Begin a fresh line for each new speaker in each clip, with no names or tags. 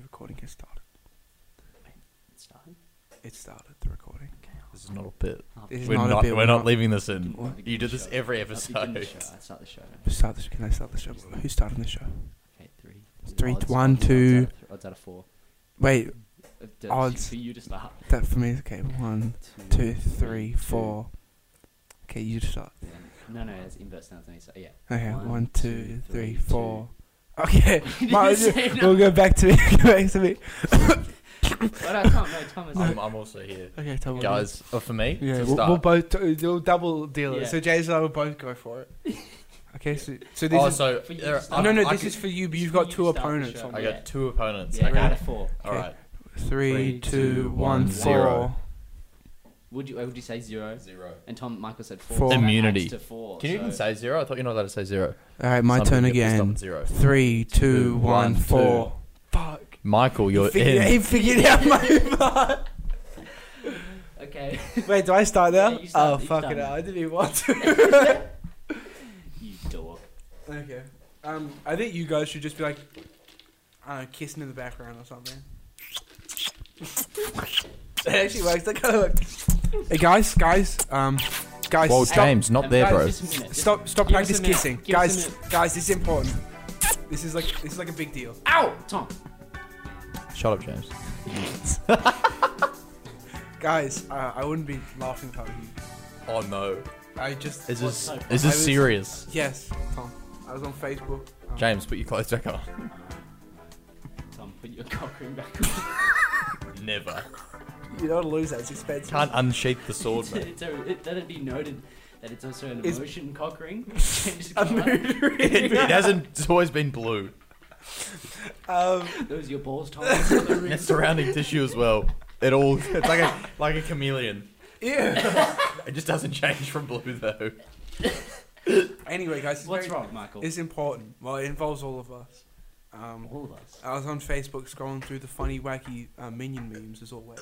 recording has started.
It started.
It started the recording.
Okay.
This is not a bit.
I'll-
This is
We're
not
not.
a bit,
we're
we're
not
not-
leaving this in.
I'll begin
You do
the
this
show.
every
I'll begin the
episode.
show. I start the show.
But Start this, can I start the show? Who's starting the show?
Okay, three.
Three,
Odds-
one,
odds- odds
two.
out of- Odds out of four.
Wait,
Uh, d-
Odds.
For you to start.
that for me is okay. One, two, three, four. Okay, you just start.
Yeah. No, no, it's inverse now. So yeah.
Okay,
One,
one, two,
two,
three,
three,
four. Okay,
You
Martin,
didn't say
we'll go back to me. go back to me.
Oh, no, Tom, no, Tom is
I'm, I'm also here,
Okay, tell me.
guys. uh, for me,
Yeah,
to
we'll,
start.
we'll both do- we'll double deal it.
Yeah.
So James and I will both go for it. Okay, so so this
oh,
is
so
For you to
there are-
start.
no no.
I
this
could-
is for you, but
it's
you've
for
got two
you to start the
opponents.
show.
on
I
there.
Yeah.
got two opponents.
Yeah,
okay.
out of four.
All right.
Three,
Three,
two,
two,
one,
one,
four.
zero.
Would you? uh, Would you say zero?
Zero.
And Tom Michael said four.
Four.
so that adds
Immunity.
To four.
Can you
so
even say zero? I thought you're not allowed to say zero.
All right, my
Some
turn
people get pissed off
again.
at Zero.
Three, two,
Two,
one,
one,
four. Fuck.
Michael, you're
he figured,
in.
he figured out my part.
Okay.
Wait, do I start now?
Yeah, you start-
oh,
you've
fuck
done
it
it.
out. I didn't even want to.
you dork.
okay. Um, I think you guys should just be like, I don't know, kissing in the background or something. it actually works. That kind of works. Hey, guys, guys, um, guys,
Well,
stop,
James, not
Um,
there,
guys,
bro.
just a minute, just-
stop, stop
Give us a
practice
minute.
kissing.
Give us
Guys,
a minute.
guys, this is important. This is like, this is like a big deal.
Ow, Tom.
Shut up, James.
Guys, uh, I wouldn't be laughing if I were you.
Oh no.
I just.
Is
What's
this
so
is
I
this
was-
serious?
Yes, Tom. I was on Facebook. Um,
James, put your clothes back on.
Tom, put your cock ring back on.
Never.
You don't lose that. It's expensive.
Can't unsheath the sword,
It's a-
mate.
it's a- it- Let it be noted that it's also an
It's-
emotion cock ring.
A
"Oh,
mood
It, it hasn't. It's always been blue.
Um,
Those are your balls, Tom. That's not the ring.
And it's surrounding tissue as well. It all. It's like a like a chameleon.
yeah.
It just doesn't change from blue though.
anyway, guys, it's,
What's
very,
wrong, Michael?
it's important. Well, it involves all of us. Um,
All of us.
I was on Facebook scrolling through the funny, wacky uh, minion memes as always,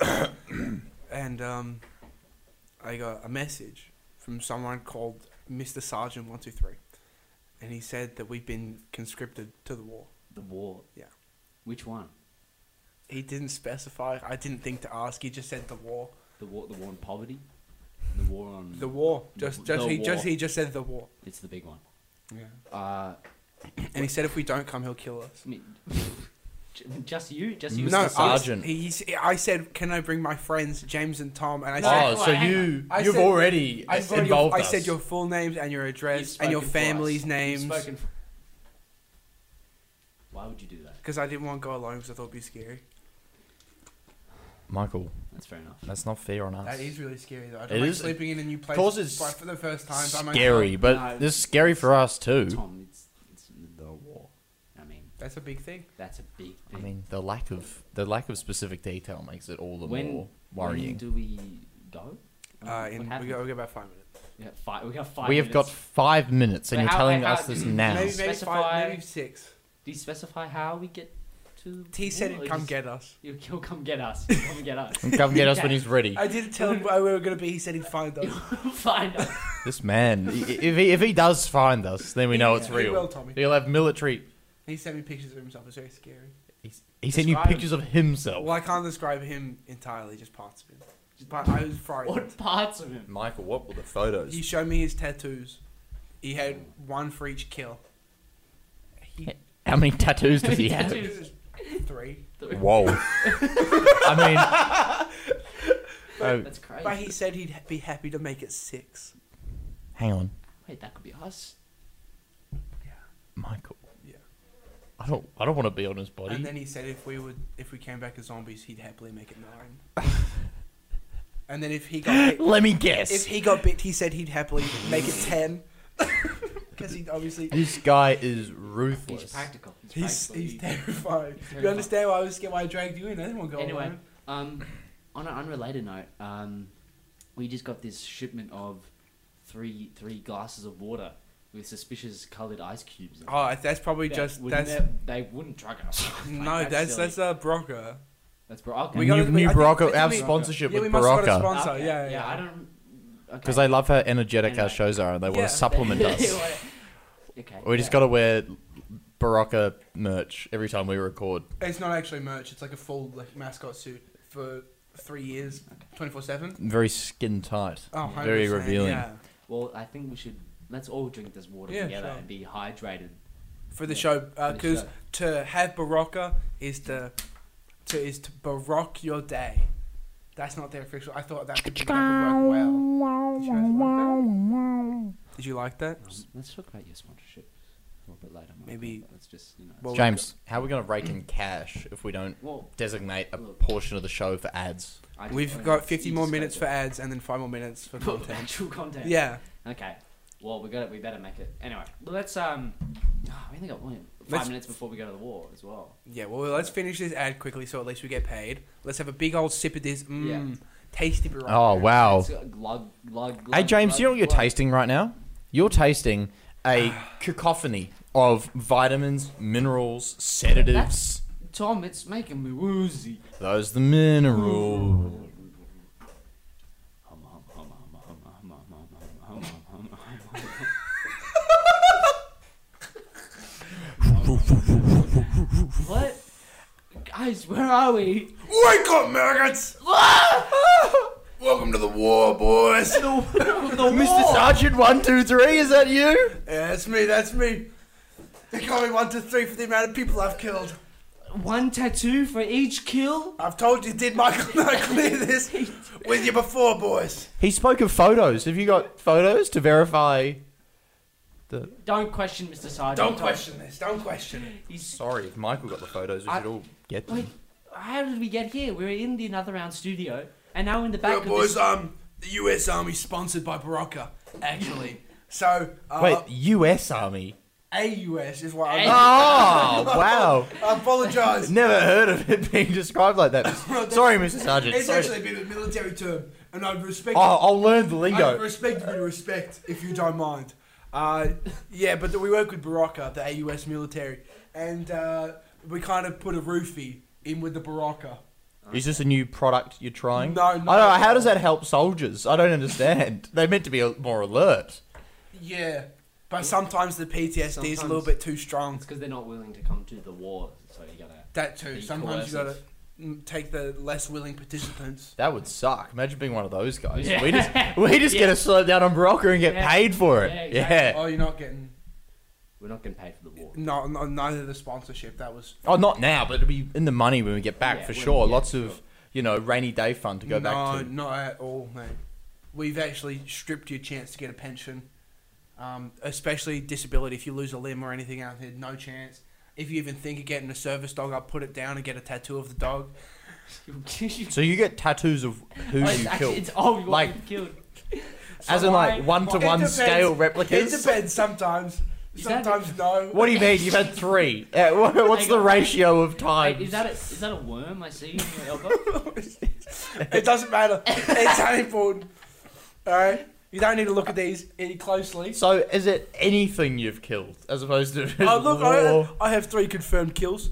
and um, I got a message from someone called Mr. Sergeant One Two Three, and he said that we've been conscripted to the war.
The war.
Yeah.
Which one?
He didn't specify. I didn't think to ask. He just said the war.
The war. The war on poverty. The war on.
The war. Just, just
The
he, just
war.
he just said the war.
It's the big one.
Yeah.
Uh,
And he said if we don't come, he'll kill us.
I mean, j- just you. Just you.
Mr.
No,
Sergeant.
I, he, he- I said, can I bring my friends James and Tom? And I
oh,
said,
so you
I
you've
said-
already
I,
uh,
said your,
involved
I
us.
said your full names and your
You've
address
spoken
and your
for us.
family's
You've
names
spoken for- Why would you do that?
because I didn't want to go alone because I thought it'd be scary.
Michael.
That's fair enough.
That's not fair on us.
That is really scary though. I don't
It
like
is-
sleeping in a new place
course it's
by- for the first time. by myself.
scary, but
No.
this is scary for us too.
Tom, it's it's the war. I mean,
"Oh, That's a big thing.
that's a big
I
thing.
mean, the lack of the lack of specific detail makes it all the more
When
worrying.
do we go?
Uh,
I mean, Mm, what
in, we
happens?
got we got about five minutes.
We got five. We got five.
we have got
minutes.
five minutes, and
Wait,
you're
how-
telling
wait, how-
us this now.
Maybe maybe
Specify-
five, maybe six.
Do you specify how we get to?
He said he'd come get us.
You will come get us. He'll come get us.
Come get us when he's ready.
I didn't tell him where we were gonna be. He said he'd find us.
Find us.
This man, i- i- if he if he does find us, then we know it's
He will,
real.
Tommy.
He'll have military.
He sent me pictures of himself. It's very scary.
He's, he sent you
Describe him.
pictures of himself.
Well, I can't describe him entirely, just parts of him. But I was frightened.
What parts of him?
Michael, what were the photos?
He showed me his tattoos. He had one for each kill. He,
How many tattoos does he have?
Tattoos.
three.
The-
Whoa. I mean, oh,
That's crazy.
But he said he'd be happy to make it six.
hang on,
Wait, that could be us.
Michael.
Yeah.
I don't. I don't want to be on his body.
And then he said if we would, if we came back as zombies, he'd happily make it nine. and then if he got bit,
Let me guess.
if he got bit, he said he'd happily make it ten. Because he obviously
this guy is
He's
ruthless.
practical. He's,
he's
practical.
he's terrifying. You
terrifying.
understand why I was scared? Why I dragged you in? I didn't want to go
Anyway,
alone.
um, on an unrelated note, um, we just got this shipment of three three glasses of water with suspicious coloured ice cubes. In it.
Oh, that's probably
That
just
would
that's
nev- they wouldn't drug us. Like,
no, that's
silly.
that's a uh, Brocker.
that's bro. Okay.
We
We
got-
got
gotta-
new, new
I think- I
Barocco-
think
Our
we-
sponsorship
Yeah, we
with
must have got a
Barocco.
sponsor.
Okay,
Yeah, yeah.
I don't.
Because
okay.
I love how energetic
Anyway.
our shows are, and they
Yeah.
want to supplement us.
okay.
We just
yeah.
got to wear Baraka merch every time we record.
It's not actually merch. It's like a full like mascot suit for three years, twenty four seven.
Very skin tight.
Oh,
Very
100%,
revealing.
Yeah.
Well, I think we should let's all drink this water
Yeah,
together
sure. Uh,
and be hydrated.
For the
Yeah,
show,
for the
because
show.
to have Barocca is to, to is to baroque your day. That's not their official. I thought that would, that would work well. Did you, guys like that? Did you like that?
Um, let's talk about your sponsorship a little bit later. Michael,
Maybe-
but Let's just you know.
Well,
James, how are we going to rake in cash if we don't
well,
designate a portion of the show for ads?
I just-
We've
oh,
got
yes,
50
you
more
just go
minutes for
there.
ads and then 5 more minutes for
For
content.
actual content.
Yeah.
Okay. Well, we got it. We better make it. Anyway, well, let's um. ah, we only got one, 5
Let's-
minutes before we go to the war as well.
Yeah, well, let's finish this ad quickly so at least we get paid. Let's have a big old sip of this. Mmm. Tasty Barocca.
Oh, wow.
Let's, uh, glug, glug, glug,
Hey, James,
glug,
you know what you're
glug.
tasting right now? You're tasting a cacophony of vitamins, minerals, sedatives.
Tom, it's making me woozy.
Those the minerals.
what? Guys, where are we?
Wake up, maggots! Welcome to the war, Oh, boys.
Mr. Sergeant, one, two, three, is that you?
Yeah, that's me, that's me. They call me 123 for the amount of people I've killed.
One tattoo for each kill?
I've told you, did Michael not clear this with you before, boys?
He spoke of photos. Have you got photos to verify? The
Don't question Mr. Sargent.
Don't question this, don't question it.
He's,
sorry, if Michael got the photos, we
I-
should all get them.
wait, how did we get here? We were in the another round studio, and now we're in the back
Well,
of
boys,
this.
um, the US Army's sponsored by Barocca, actually. So, uh,
Wait, U.S. Army.
AUS is what I'm.
A-
Oh wow!
I apologise.
Never heard of it being described like that. Sorry, Mr. Sergeant.
It's
Sorry.
actually been a military term, and I'd respect.
Oh, I'll learn the
I'd
lingo.
respect you to respect, if you don't mind. Uh, yeah, but we work with Baraka, the AUS military, and uh, we kind of put a roofie in with the Baraka.
Is this a new product you're trying?
No,
I don't
no.
know. How does that help soldiers? I don't understand. They're meant to be a- more alert.
Yeah, but sometimes the PTSD is a little
Sometimes.
bit too strong.
It's because they're not willing to come to the war, so you gotta.
That too.
Be
Sometimes you gotta
coercive.
mm, take the less willing participants.
That would suck. Imagine being one of those guys.
Yeah.
We just we just get to slow down on Barocca and get
Yeah.
paid for it.
Yeah,
Yeah.
exactly.
Oh, you're not getting
We're not getting paid for the war.
no, no neither the sponsorship. That was
Oh, not now, but it'll be in the money when we get back
Yeah,
for
when-
sure.
yeah,
Lots
sure.
of you know rainy day fun to go
no,
back to.
not at all, mate. We've actually stripped your chance to get a pension, um, especially disability. If you lose a limb or anything out there, no chance. If you even think of getting a service dog, I'll put it down and get a tattoo of the dog.
So you get tattoos of who
Oh,
you
it's actually,
killed,
it's all we
Like-
like, killed.
as in like one to
It
one
depends.
scale
It
replicas.
depends sometimes.
Is that-
Sometimes no.
What do you mean? You've had three. Uh, wha- what's
Hang
the
on.
ratio of
Wait,
time?
is that a, is that a worm I see in your elbow?
It doesn't matter. it's unimportant. All right. You don't need to look at these any closely.
so is it anything you've killed as opposed to
Oh, look,
war
I, I have three confirmed kills.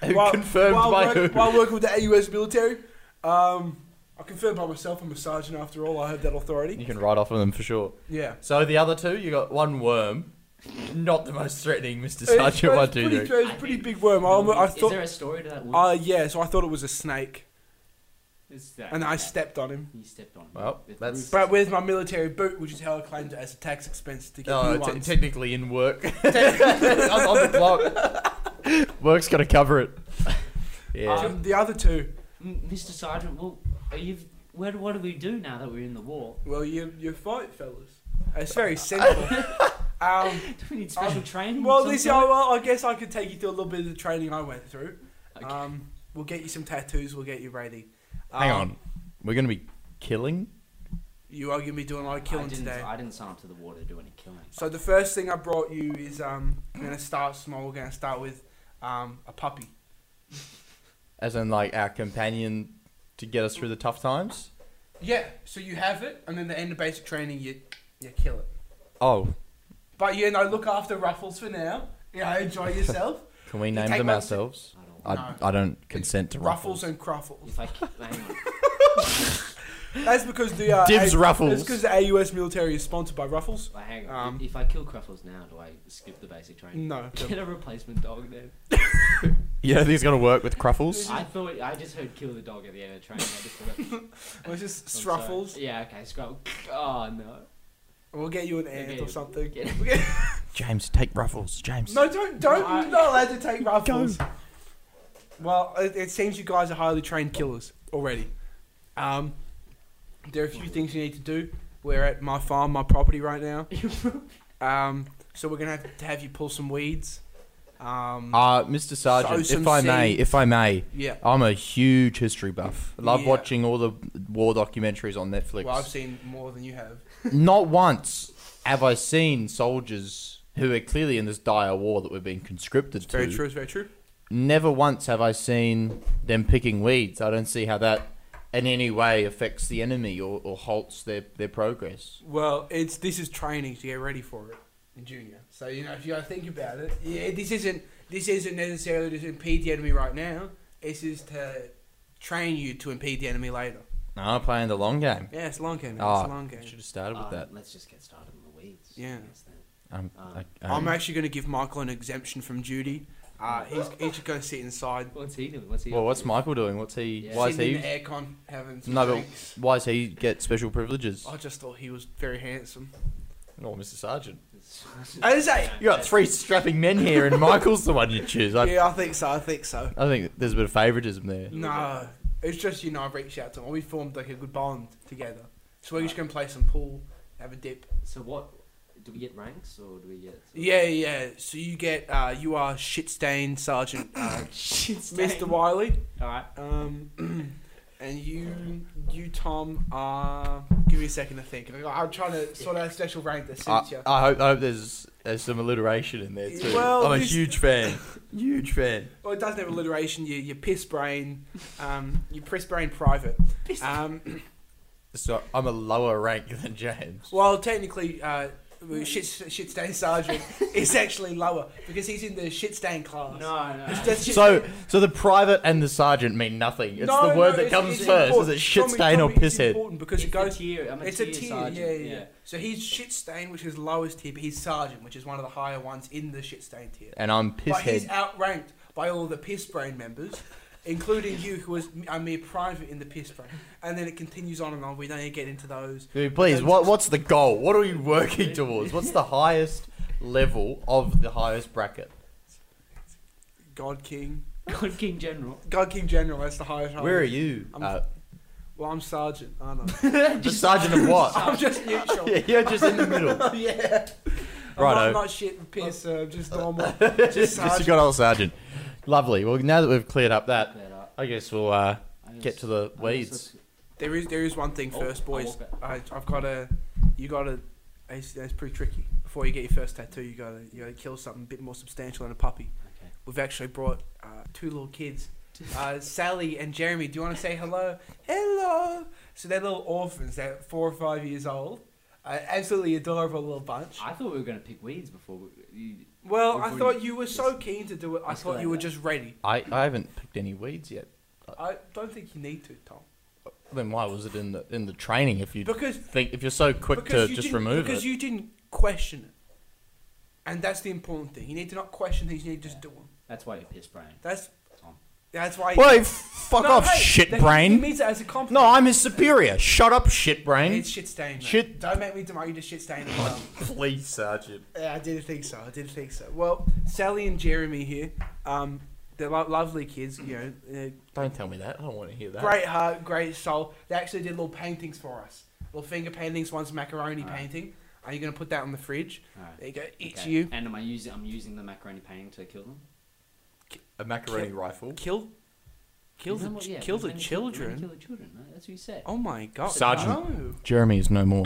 confirmed
while
by
work-
who?
While working with the AUS military, um, I confirmed by myself I'm a sergeant after all. I have that authority.
You can write off on them for sure.
Yeah.
So the other two, you got one worm, not the most threatening, Mister
It's-
Sergeant.
it's
One, two,
pretty,
three.
it's a pretty big worm. I, Um, I
is,
thought,
there a story to that worm?
uh, yeah, so I thought it was a snake,
Is that-
and I
that-
stepped on him.
He stepped on.
Well,
With
that's-
roof.
But where's my military boot, which is how I claimed it as a tax expense to get
Oh,
new
te-
ones.
technically in work. on, on the clock. Work's got to cover it. Yeah.
Um, the other two,
M- Mr. Sergeant, well, are you? Where, what do we do now that we're in the war?
well, you you fight, fellas. It's very simple. um,
Do we need special
Um,
training?
well,
of some
this
sort?
well, I guess I could take you through a little bit of the training I went through.
Okay.
Um, we'll get you some tattoos. We'll get you ready. Um,
Hang on. We're going to be killing?
You are going to be doing a lot of
I
killing
didn't,
today.
I didn't sign up to the war to do any killing.
So the first thing I brought you is um, we're going to start small. We're going to start with um, a puppy.
As in, like, our companion to get us through the tough times?
Yeah. So you have it, and then the end of basic training, you you kill it.
Oh,
But you know, look after Ruffles for now. You know, enjoy yourself.
can we
You
name
take
them
one-
ourselves?
I don't.
I, I don't consent to
Ruffles
ruffles.
and Cruffles.
If I, ki- hang on.
That's because the uh,
Dibs
A-
Ruffles.
That's because the AUS military is sponsored by Ruffles.
Like, hang on.
Um,
if I kill Cruffles now, do I skip the basic training?
No,
Get a replacement dog then.
You don't think it's gonna work with Cruffles?
I thought I just heard kill the dog at the end of the training. I just thought, I'm
well, it's just
sorry.
Struffles.
Yeah, okay, Scruffles. Oh no.
We'll get you an
Okay,
ant or something.
get-
James, take Ruffles. James.
No, don't, don't.
I-
You're not allowed to take Ruffles. Well, it, it seems you guys are highly trained killers already. Um, there are a few things you need to do. We're at my farm, my property right now. Um, so we're gonna have to have you pull some weeds. Um,
Uh, Mr. Sergeant,
Sow some
if I may,
seeds.
if I may,
yeah.
I'm a huge history buff. I Love
Yeah.
watching all the war documentaries on Netflix.
Well, I've seen more than you have.
Not once have I seen soldiers who are clearly in this dire war that we're being conscripted
Very
to.
true. It's very true.
Never once have I seen them picking weeds. I don't see how that in any way affects the enemy or, or halts their, their progress.
Well, it's this is training to get ready for it in junior. So you know, if you gotta think about it, yeah, this isn't this isn't necessarily to impede the enemy right now. This is to train you to impede the enemy later.
No, I'm playing the long game.
Yeah, it's a long game. man.
Ah,
it's a long game.
Should have started with
Um,
that.
Let's just get started on the weeds.
Yeah.
I guess then.
Um,
um,
I- I-
I'm actually gonna give Michael an exemption from duty. Uh, he's he's just gonna sit inside,
What's he doing? What's he?
well,
up
what's
to?
Michael doing? What's he?
Yeah.
Why is
sitting
he?
in the aircon, having some
No, but-
drinks.
Why does he get special privileges?
I just thought he was very handsome.
Oh, Mr. Sergeant.
I was like,
You got three strapping men here, and Michael's the one you choose. I,
Yeah, I think so. I think so.
I think there's a bit of favouritism there.
No, it's just you know I reached out to him. We formed like a good bond together. So we're just gonna play some pool, have a dip.
So what? Do we get ranks or do we get?
Yeah, yeah. So you get uh, you are shit stained sergeant uh,
Shit,
Mr. Wiley,
All right.
um, and you you Tom are. Give me a second to think. Uh, I- I'm trying to sort out a special rank that
I,
suits you.
I hope, I hope there's, there's some alliteration in there too.
Well,
I'm a
this-
huge fan. Huge fan.
Well, it doesn't have alliteration. You you piss brain, um, you piss brain private. Um,
So I'm a lower rank than James.
Well, technically, uh, shit, shit stain sergeant is actually lower because he's in the shit stain class.
No,
It's
no.
just shit
So, so the private and the sergeant mean nothing. It's
No,
the word
no,
that
it's-
comes
it's
first. Is
important.
it shit
Tommy,
stain or
Tommy, it's
pisshead?
important because it
It's
goes.
A tier. I'm a
it's
tier
a tier,
sergeant.
yeah, yeah, yeah. So he's shit stain, which is lowest tier, but he's sergeant, which is one of the higher ones in the shit stain tier.
And I'm
But he's
pisshead.
outranked by all the piss brain members, including you, who was a mere private in the piss brain. And then it continues on and on. We don't even get into those.
I mean, Please, what, what's the goal? What are we working towards? What's the highest level of the highest bracket?
God King,
God King General.
God King General. That's the highest.
Where are
rank.
you?
Oh, I'm-
uh,
Well, I'm sergeant, aren't I?
the sergeant of what?
I'm just neutral.
Yeah, you're just in the middle.
yeah.
Righto.
I'm not, not shit and piss, uh, just normal. just
Just a
sergeant.
good old sergeant. Lovely. Well, now that we've cleared up that,
Clear up.
I guess we'll uh,
I
get
just-
to the
I
weeds.
just-
There is there is one thing
Oh,
first,
I'll
boys.
walk back.
I, I've got to. You got to. It's, it's pretty tricky. Before you get your first tattoo, you gotta you gotta kill something a bit more substantial than a puppy.
Okay.
We've actually brought uh, two little kids, uh, Sally and Jeremy. Do you want to say hello? Hello. So they're little orphans. They're four or five years old. Uh, absolutely adorable little bunch.
I thought we were gonna pick weeds before. We, you,
Well, I
Before
thought
you-
you were so keen to do it. I
Let's
thought
go
you were
like that.
just ready.
I, I haven't picked any weeds yet.
I don't think you need to, Tom.
Then why was it in the in the training if you
Because
think if you're so quick
because
to
you
just
didn't-
remove
because
it?
you didn't question it, and that's the important thing. You need to not question things. You need to just do them.
that's why you're piss brain.
That's
Tom.
that's why.
Well, hey, fuck
No,
off,
hey,
shit
that- He
brain.
means that as a compliment.
No, I'm his superior. Shut up, shit brain.
It's shit stain. mate.
Shit.
Don't make me demote you to shit stain. as well.
Please, sergeant.
yeah, I didn't think so. I didn't think so. Well, Sally and Jeremy here. Um, they're lo- lovely kids. You know, uh,
Don't tell me that. I don't want to hear that.
Great heart, great soul. They actually did little paintings for us. Little finger paintings, one's macaroni
Alright.
painting. Are you going to put that on the fridge?
All right.
There you go. It's
Okay.
you.
And am I using? I'm using the macaroni painting to kill them.
A macaroni rifle.
Kill. Kill
Isn't
the,
that what- yeah,
kill
we're
the
gonna kill- we're gonna
children.
Kill the children. Right? That's what you said.
Oh my god.
Sergeant.
No.
Jeremy is no more.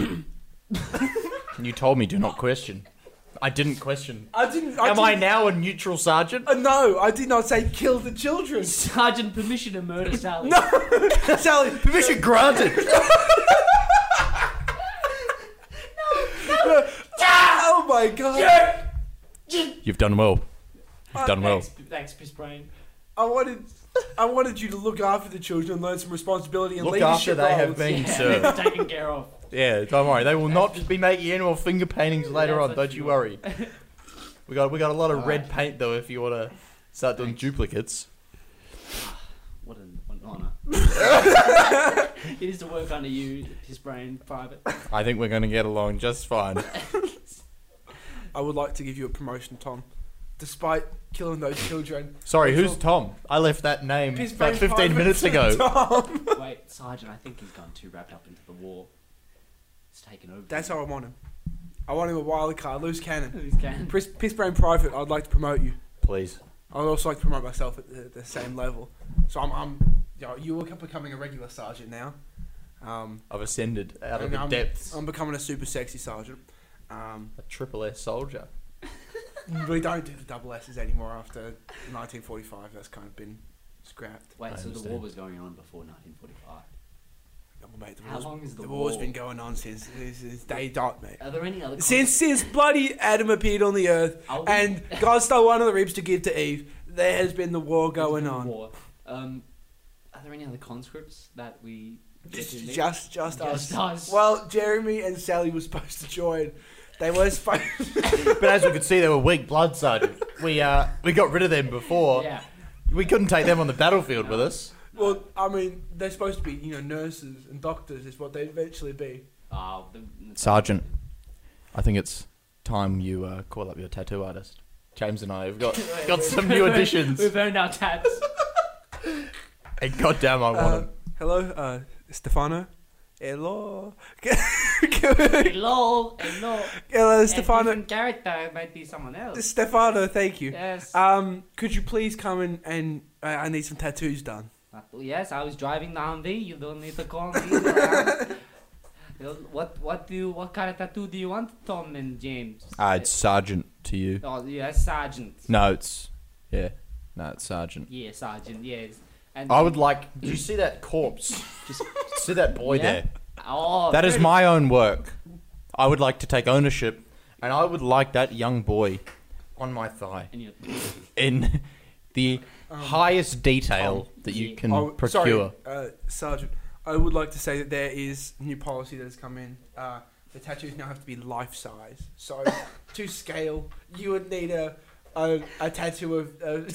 you told me do not question. I didn't question.
I didn't. I
Am I
didn't-
now a neutral sergeant?
Uh, no, I did not say kill the children.
Sergeant, permission to murder Sally.
No. Sally.
Permission granted.
no. Oh my god.
You've done well. You've done well.
Thanks, thanks, piss brain.
I wanted, I wanted you to look after the children, learn some responsibility and
Look after
leadership
they have
roles.
been
Yeah,
served.
it's taken care of.
Yeah, don't worry. They will not be making any more finger paintings later on. Don't you worry. We got we got a lot of
All
red
right.
paint though. If you want to start doing
Thanks.
duplicates,
What an, what an honor. he needs to work under you, his brain private.
I think we're going to get along just fine.
I would like to give you a promotion, Tom. Despite killing those children,
Sorry, who's
Rachel-
Tom? I left that name
His
about
brain
15
private
minutes
to
ago.
Tom.
Wait, Sergeant, I think he's gone too wrapped up into the war. It's taken over.
That's how I want him. I want him a wild card, loose cannon.
Who's can?
Piss, piss brain private. I'd like to promote you.
Please.
I would also like to promote myself at the, the same level. So I'm, I'm you, know, you are becoming a regular sergeant now. Um,
I've ascended out of
and
the
I'm,
depths.
I'm becoming a super sexy sergeant. Um,
a triple S soldier.
we don't do the double S's anymore after 1945. That's kind of been scrapped.
Wait,
I
so the war
understand.
was going on before 1945.
Oh, mate, the
How
war's,
long is the,
the
war?
war's been going on since, since day dot, mate.
Are there any other?
Since since bloody Adam appeared on the earth
Are we-
and God stole one of the ribs to give to Eve, there has been the war
there's
going
no
on.
War. Um, are there any other conscripts that we? get to
Just,
meet?
just, just us.
Just us.
Well, Jeremy and Sally were supposed to join. They were supposed.
But as we could see, they were weak blood sergeant. We uh, we got rid of them before.
yeah.
We couldn't take them on the battlefield with us.
well, I mean, they're supposed to be, you know, nurses and doctors is what they eventually be.
Oh, the-
Sergeant, I think it's time you uh, call up your tattoo artist. James and I have got got some new additions.
We've earned our tats.
And goddamn, I want
Uh,
'em.
hello, uh, Stefano. Hello. hello,
Lol, and no.
Stefano.
character might be someone else.
Stefano, thank you.
Yes.
Um, could you please come in and uh, I need some tattoos done.
yes, I was driving the Humvee. You don't need to call me. Well, what what do you, what kind of tattoo do you want, Tom and James?
Ah, it's sergeant to you.
Oh yes, Sergeant.
No, it's yeah, no, it's sergeant.
Yeah, Sergeant. Yes. And
I would like. Do you see that corpse?
just
See that boy
Yeah.
there?
oh
That is
very-
my own work. I would like to take ownership, and I would like that young boy on my thigh
And you-
in the
Um,
highest detail
Tom,
that you
yeah.
can
Oh,
procure.
Sorry, uh, Sergeant, I would like to say that there is new policy that has come in. Uh, the tattoos now have to be life size. So, to scale, you would need a a, a tattoo of uh,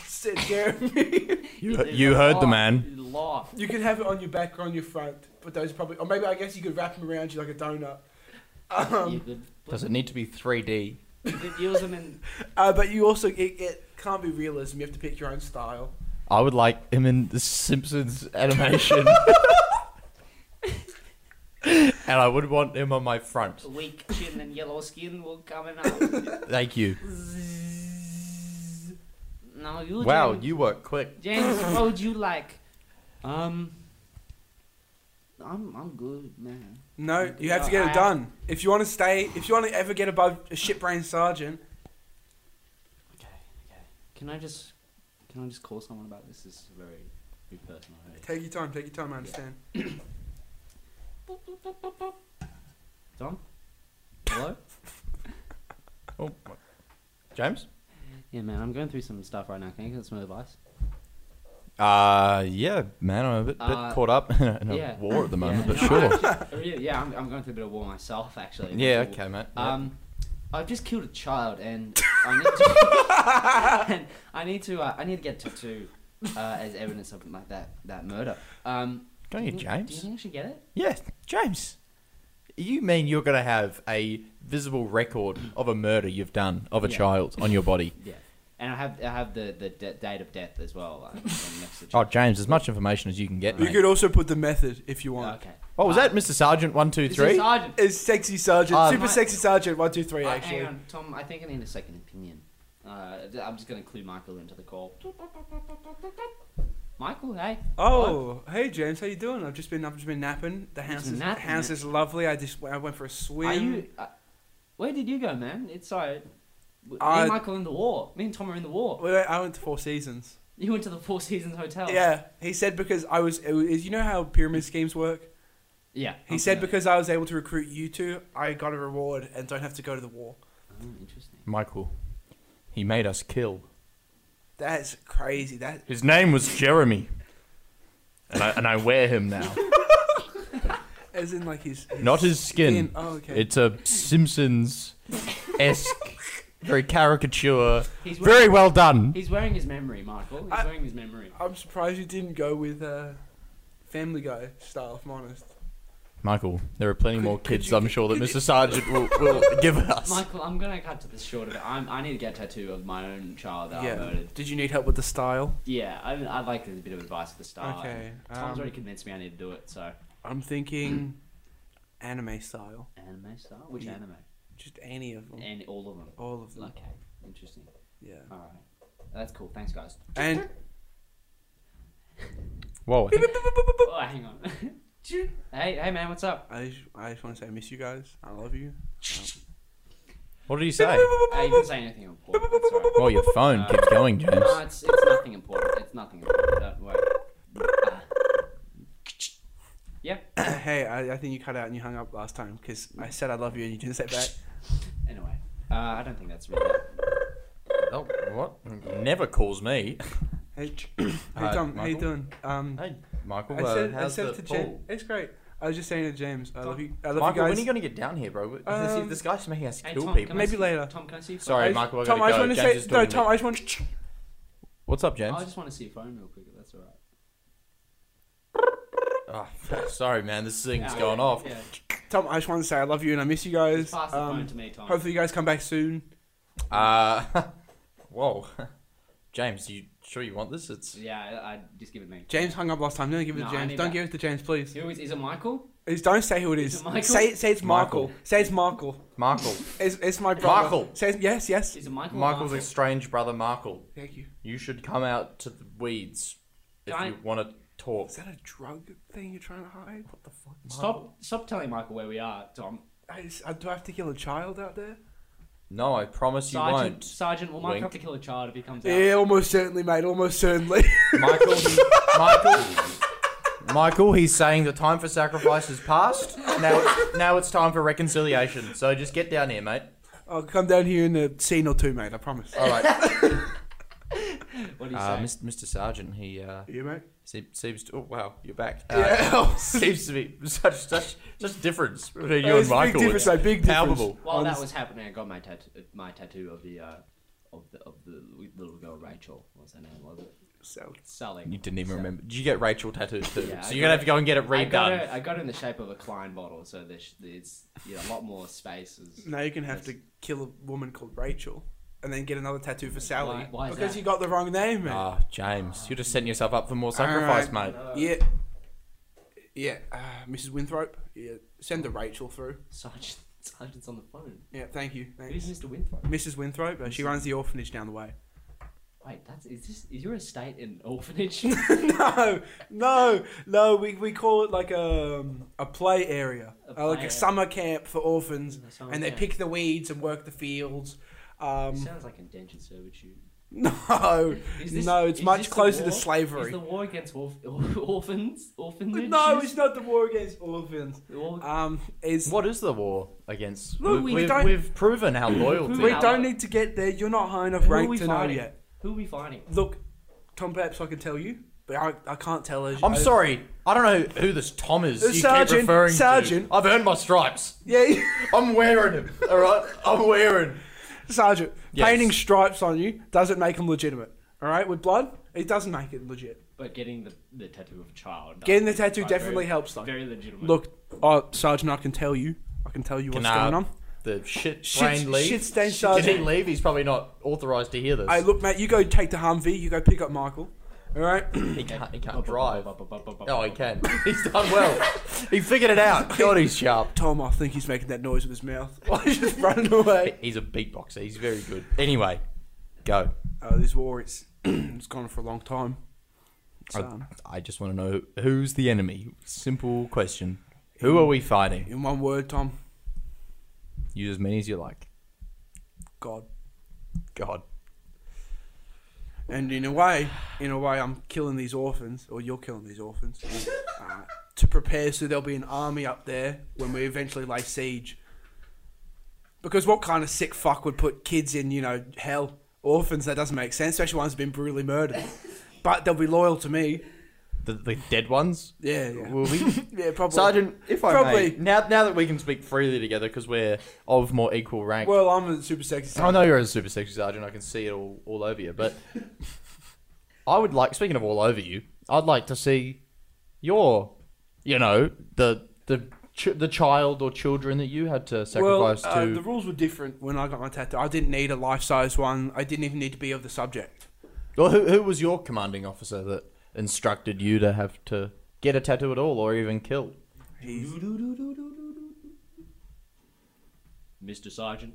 Jeremy.
You,
There's
you
a
heard the
law-
man.
Law.
you could have it on your back or on your front, but those probably, or maybe I guess you could wrap them around you like a donut.
you
Um,
could,
Does it need to be 3D?
you could use them in
uh, but you also it, it can't be realism. You have to pick your own style.
I would like him in the Simpsons animation. and I would want him on my front.
weak chin and yellow skin will come in out.
Thank you.
now you.
Wow,
James,
you work quick.
James, what would you like? Um. I'm I'm good, man.
No, you have to get
I-
it done. If you want to stay, if you want to ever get above a shit brain sergeant,
Okay, okay. Can I just can I just call someone about this? This is very very personal. right?
take your time. Take your time. I understand.
Tom. Hello.
Oh, James?
yeah, man. I'm going through some stuff right now. Can you get some advice?
Uh, yeah, man, I'm a bit, bit
Uh,
caught up in a
yeah.
war at the moment,
yeah,
but
no,
sure.
I actually- really- yeah, I'm, I'm going through a bit of war myself, actually.
Yeah, okay, mate.
Um, I've just killed a child, and I need to. and I need to. Uh, I need to get a tattoo uh, as evidence of like that that murder. Um,
Don't
do
you,
think- Do you
James?
think I should get it?
yeah, James. You mean you're going to have a visible record of a murder you've done of a
Yeah.
child on your body?
Yeah. And I have I have the the de- date of death as well. Um, next to the
Oh,
child.
James, as much information as you can get.
You
mate.
could also put the method if you want.
okay.
Oh, was
Uh,
that Mr. Sergeant one two
this is
three?
Sergeant.
It's sexy sergeant,
Uh,
super
my-
sexy sergeant. One, two, three.
Uh,
Actually,
hang on, Tom. I think I need a second opinion. Uh, th- I'm just gonna clue Michael into the call. Michael, hey.
oh, hey James, how you doing? I've just been, I've just been napping. The house
been
is,
napping,
house
man.
is lovely. I just, I went for a swim.
Are you? Uh, where did you go, man? It's so. Me
Uh,
and Michael in the war. Me and Tom are in the war.
Well, I went to Four Seasons.
You went to the Four Seasons
Oh.
Hotel.
Yeah, he said because I was, it was. You know how pyramid schemes work.
Yeah.
He
I'm
said
familiar.
because I was able to recruit you two, I got a reward
Hmm,
and don't have to go to the war.
Oh, interesting.
Michael, he made us kill
That's crazy. That
His name was Jeremy, and I and I wear him now.
as in like his, his
Not his skin.
Oh, okay.
It's a Simpsons esque, very caricature,
He's wearing,
very well done.
he's wearing his memory, Michael. He's
I-
wearing his memory.
I'm surprised you didn't go with uh, Family Guy style. If I'm honest.
Michael, there are plenty
Could-
more
could
kids.
you-
I'm sure that
could
Mr. Sargent will, will give us.
Michael, I'm gonna cut to this short of it. I'm, I need to get a tattoo of my own child that I murdered.
Did you need help with the style?
Yeah, I, I'd like a bit of advice at the start.
Okay,
Tom's
um,
already convinced me I need to do it, so
I'm thinking anime style.
anime style. Which
Yeah. Oh.
anime?
Just any of them.
And all of them.
All of them.
Okay, interesting.
Yeah.
All right, that's cool. Thanks, guys.
And
Whoa, I think-
Oh, hang on. hey, hey, man, what's up?
I just, I just want to say I miss you guys. I love you.
what did he say?
Hey, you didn't say anything important. That's all right.
Well, your phone keeps going, James.
No, it's, it's nothing important. It's nothing important. Don't worry. Uh, yep.
hey, I, I think you cut out and you hung up last time because I said I love you and you didn't say it back.
Anyway, uh, I don't think that's really.
Oh, what? Never calls me.
Hey, ch- hey
Hi,
Tom, how you
Michael.
doing? Um,
Hey, Michael.
I
uh,
said, I
how's
said
the
to
pool?
James, it's great. I was just saying to James, I love you. I love
Michael,
you
when
guys.
are you going to get down here, bro?
Um,
this, this guy's making us
Hey,
kill
Tom,
people.
can I
Maybe
see-
later.
Tom, can I see? your phone?
Sorry,
I just-
Michael, I
Tom,
gotta
I just
go.
want to
James is
say no.
talking to
Tom,
me.
I just want. to
What's up,
I
James?
just want to see your phone real quick. if That's all right.
Oh, sorry, man. This thing's
Yeah,
going
yeah,
off.
Yeah.
Tom, I just want to say I love you and I miss you guys.
Pass the phone
Um,
to me, Tom.
hopefully you guys come back soon.
Uh, whoa, James. You sure you want this? It's
Yeah, I, I just give it me.
James hung up last time. Don't give it
No, I
to James.
need
Don't
that.
give it to James, please.
Who is, is it Michael?
It's, don't say who it
Is
is.
it Michael?
Say say it's Michael.
Michael.
Say it's Michael.
Markle.
It's, it's my brother.
Michael.
Say it's, yes, yes.
Is it Michael? or
Michael's
Marco?
estranged brother, Markle.
Thank you.
You should come out to the weeds if
Guy-
you want to talk.
Is that a drug thing you're trying to hide? What the fuck?
Stop! Stop telling Michael where we are, Tom.
I, s- I- do I have to kill a child out there?
No, I promise you
Sergeant,
won't.
Sergeant, will Michael
Wink.
have to kill a child if he comes out?
Yeah, almost certainly, mate. Almost certainly.
Michael, he- Michael, Michael. He's saying the time for sacrifice is past. Now, it's, now it's time for reconciliation. So just get down here, mate.
I'll come down here in a scene or two, mate. I promise.
All right,
What do you
uh,
say?
Mr. Mr. Sergeant. He uh,
You mate?
se- seems to. Oh wow, you're back. Uh,
Yeah.
Seems to be such such such difference between you
It's
and
Big
Michael.
difference,
It's-
mate. Big difference.
palpable.
While that
Honest-
was happening, I got my tattoo. My tattoo of the. Uh, of the, of the little girl Rachel, what's her name? Was it
So,
Sally?
You didn't even
Sally.
remember. Did you get Rachel tattooed too?
Yeah,
so
I
you're
got
gonna
it.
have to go and get it
I got
redone.
it. I got it in the shape of a Klein bottle, so there's, there's you know, a lot more spaces.
now you're gonna have to kill a woman called Rachel, and then get another tattoo for Sally.
Why- why is
because
that?
you got the wrong name, mate. Uh,
Ah, James, you're just setting yourself up for more sacrifice,
Alright.
mate.
Yeah. Yeah, uh, Mrs. Winthrop. Yeah, send the Rachel through.
Sergeant, Sergeant's on the phone.
Yeah, thank you.
Who's
Thanks.
Mr. Winthrop?
Mrs. Winthrop. Uh, she runs the orphanage down the way.
Wait, that's is this is your estate an orphanage?
no, no, no. We, we call it like a um, a play area, uh,
A
like
play
a
area.
summer camp for orphans,
A summer
and they
camp.
pick the weeds and work the fields. Um,
sounds like indentured servitude.
no,
Is this-
no, it's
is this
much
the
closer
war?
to slavery.
Is the war against orf- orphans? Orphanages?
no, it's not the war against orphans.
The war-
Um, it's
What is the war against?
Look,
We-
we
we've,
don't-
we've proven our loyalty.
we
now-
don't need to get there. You're not high enough
Who are
rank
we
to know
fighting?
yet.
Who are we fighting?
Look, Tom, perhaps I can tell you, but I, I can't tell as
I'm
I-
sorry. I don't know who- who this Tom is.
Uh,
you
Sergeant,
keep referring
Sergeant.
to. I've earned my stripes.
Yeah,
I'm wearing them. All right, I'm wearing.
Sergeant,
Yes.
painting stripes on you doesn't make them legitimate. All right, with blood, it doesn't make it legit.
But getting the, the tattoo of a child.
Getting the
does-
tattoo
right,
definitely
very,
helps, though.
Very legitimate.
Look, oh, Sergeant, I can tell you. I can tell you what's
Can, uh,
going on.
The shit
Shit,
brain leave.
shit stain
Did he
Sergeant.
leave? He's probably not authorized to hear this.
Hey, look, mate, you go take the Humvee. You go pick up Michael. All right.
he can't. He can't
Bu- bu-
drive.
bu- bu- bu- bu- bu-
Oh, he can. He's done well. he figured it out. God, he's sharp.
Tom, I think he's making that noise with his mouth. Why he's just running away?
He's a beatboxer. He's very good. Anyway, go.
Oh, this war, it's it's gone for a long time. It's, um,
I just want to know who's the enemy. Simple question. Who are we fighting?
in one word, Tom,
Use as many as you like.
God.
God.
And in a way, in a way, I'm killing these orphans, or you're killing these orphans, uh, to prepare so there'll be an army up there when we eventually lay siege. Because what kind of sick fuck would put kids in, you know, hell orphans, that doesn't make sense, especially ones who've been brutally murdered. But they'll be loyal to me.
The, the dead ones?
Yeah, yeah.
Will we?
Yeah, probably.
Sergeant, if I
Probably.
may, now now that we can speak freely together because we're of more equal rank.
Well, I'm a super sexy
I
sergeant.
know you're a super sexy sergeant. I can see it all, all over you. But I would like, speaking of all over you, I'd like to see your, you know, the the ch- the child or children that you had to
Well,
sacrifice
uh,
to.
the rules were different when I got my tattoo. I didn't need a life-size one. I didn't even need to be of the subject.
well, who, who was your commanding officer that instructed you to have to get a tattoo at all or even kill?
Oh, He's,
Mr. Sergeant,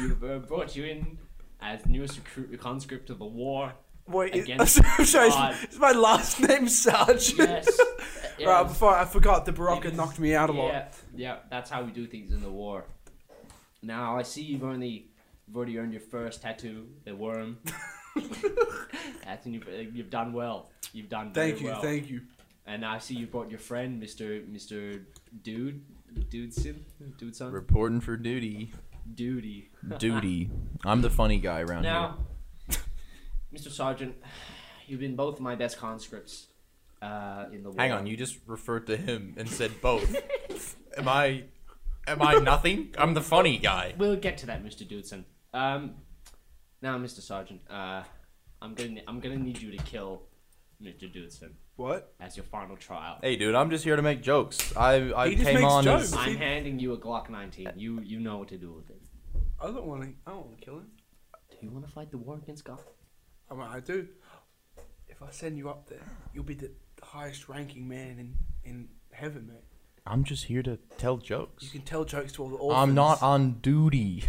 you've uh, brought you in as newest recruit conscript of the war.
wait, it-
Against
I'm sorry,
God.
it's, it's my last name, Sergeant.
Yes. yes.
Right, before I forgot, the Barocca
It is-
knocked me out a lot.
Yeah, yeah, that's how we do things in the war. Now I see you've only you've already earned your first tattoo, the worm. that's and you've, uh, you've done well. You've done very
Thank you,
well.
thank you.
and I see you brought your friend, Mister Mister Dude, Dudeson, Dudeson,
Reporting for duty.
Duty.
Duty. I'm the funny guy around
Now, Mister Sergeant, you've been both my best conscripts uh, in the war.
here. Hang on, you just referred to him and said both. am I? Am I nothing? I'm the funny guy.
We'll get to that, Mr. Dudson. Um, now, Mr. Sergeant, uh, I'm gonna I'm gonna need you to kill Mr. Dudson
What?
as your final trial.
Hey, dude, I'm just here to make jokes. I I
He just
came
makes
on
jokes.
as
I'm handing you a Glock 19. You you know what to do with it.
I don't want to. I don't want to kill him.
Do you want to fight the war against God?
I mean, I do. If I send you up there, you'll be the highest-ranking man in in heaven, mate.
I'm just here to tell
You
jokes.
can tell jokes to all the orphans.
I'm not on duty.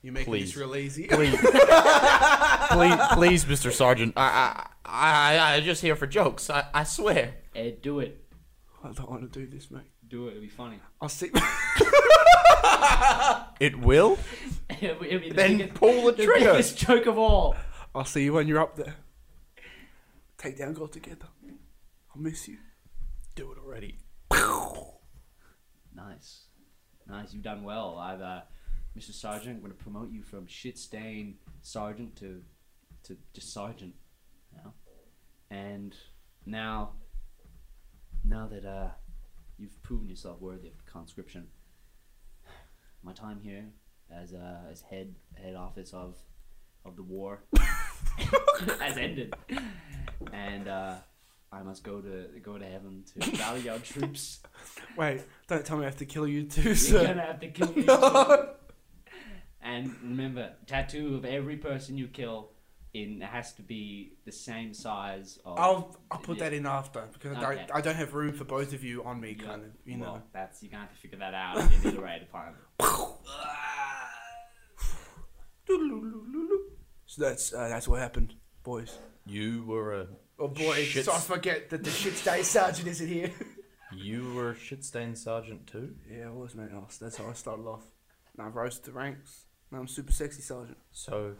You're making
Please.
this real easy.
please, please, please, Mr. Sergeant. I I I I'm just here for jokes. I, I swear.
Ed, Eh, do it.
I don't want to do this, mate.
Do it. It'll be funny.
I'll see.
It will.
It'll be- it'll be the
Then
biggest-
pull the trigger.
biggest joke of all.
I'll see you when you're up there. Take down God together. I miss you.
Do it already.
Nice, nice. You've done well. I've, uh, Mr. Sergeant, I'm gonna promote you from shit stain sergeant to, to just sergeant. Now, and now, now that uh, you've proven yourself worthy of conscription, my time here as uh, as head head office of of the war has ended, and uh, I must go to go to heaven to rally our troops.
Wait, don't tell me I have to kill you too,
You're
sir.
gonna have to kill me. and remember, tattoo of every person you kill in has to be the same size of.
I'll I'll put that in after because I,
Okay.
don't, I don't have room for both of you on me, kind of. You
well,
know.
that's you're gonna have to figure that out and iterate upon.
So that's uh, that's what happened, boys.
You were a
Oh, boys.
Shit.
So I forget that the shit day sergeant isn't here.
you were a shit stain sergeant too.
yeah, I was mate. I was- That's how I started off. And I rose to the ranks. Now I'm super sexy sergeant.
So,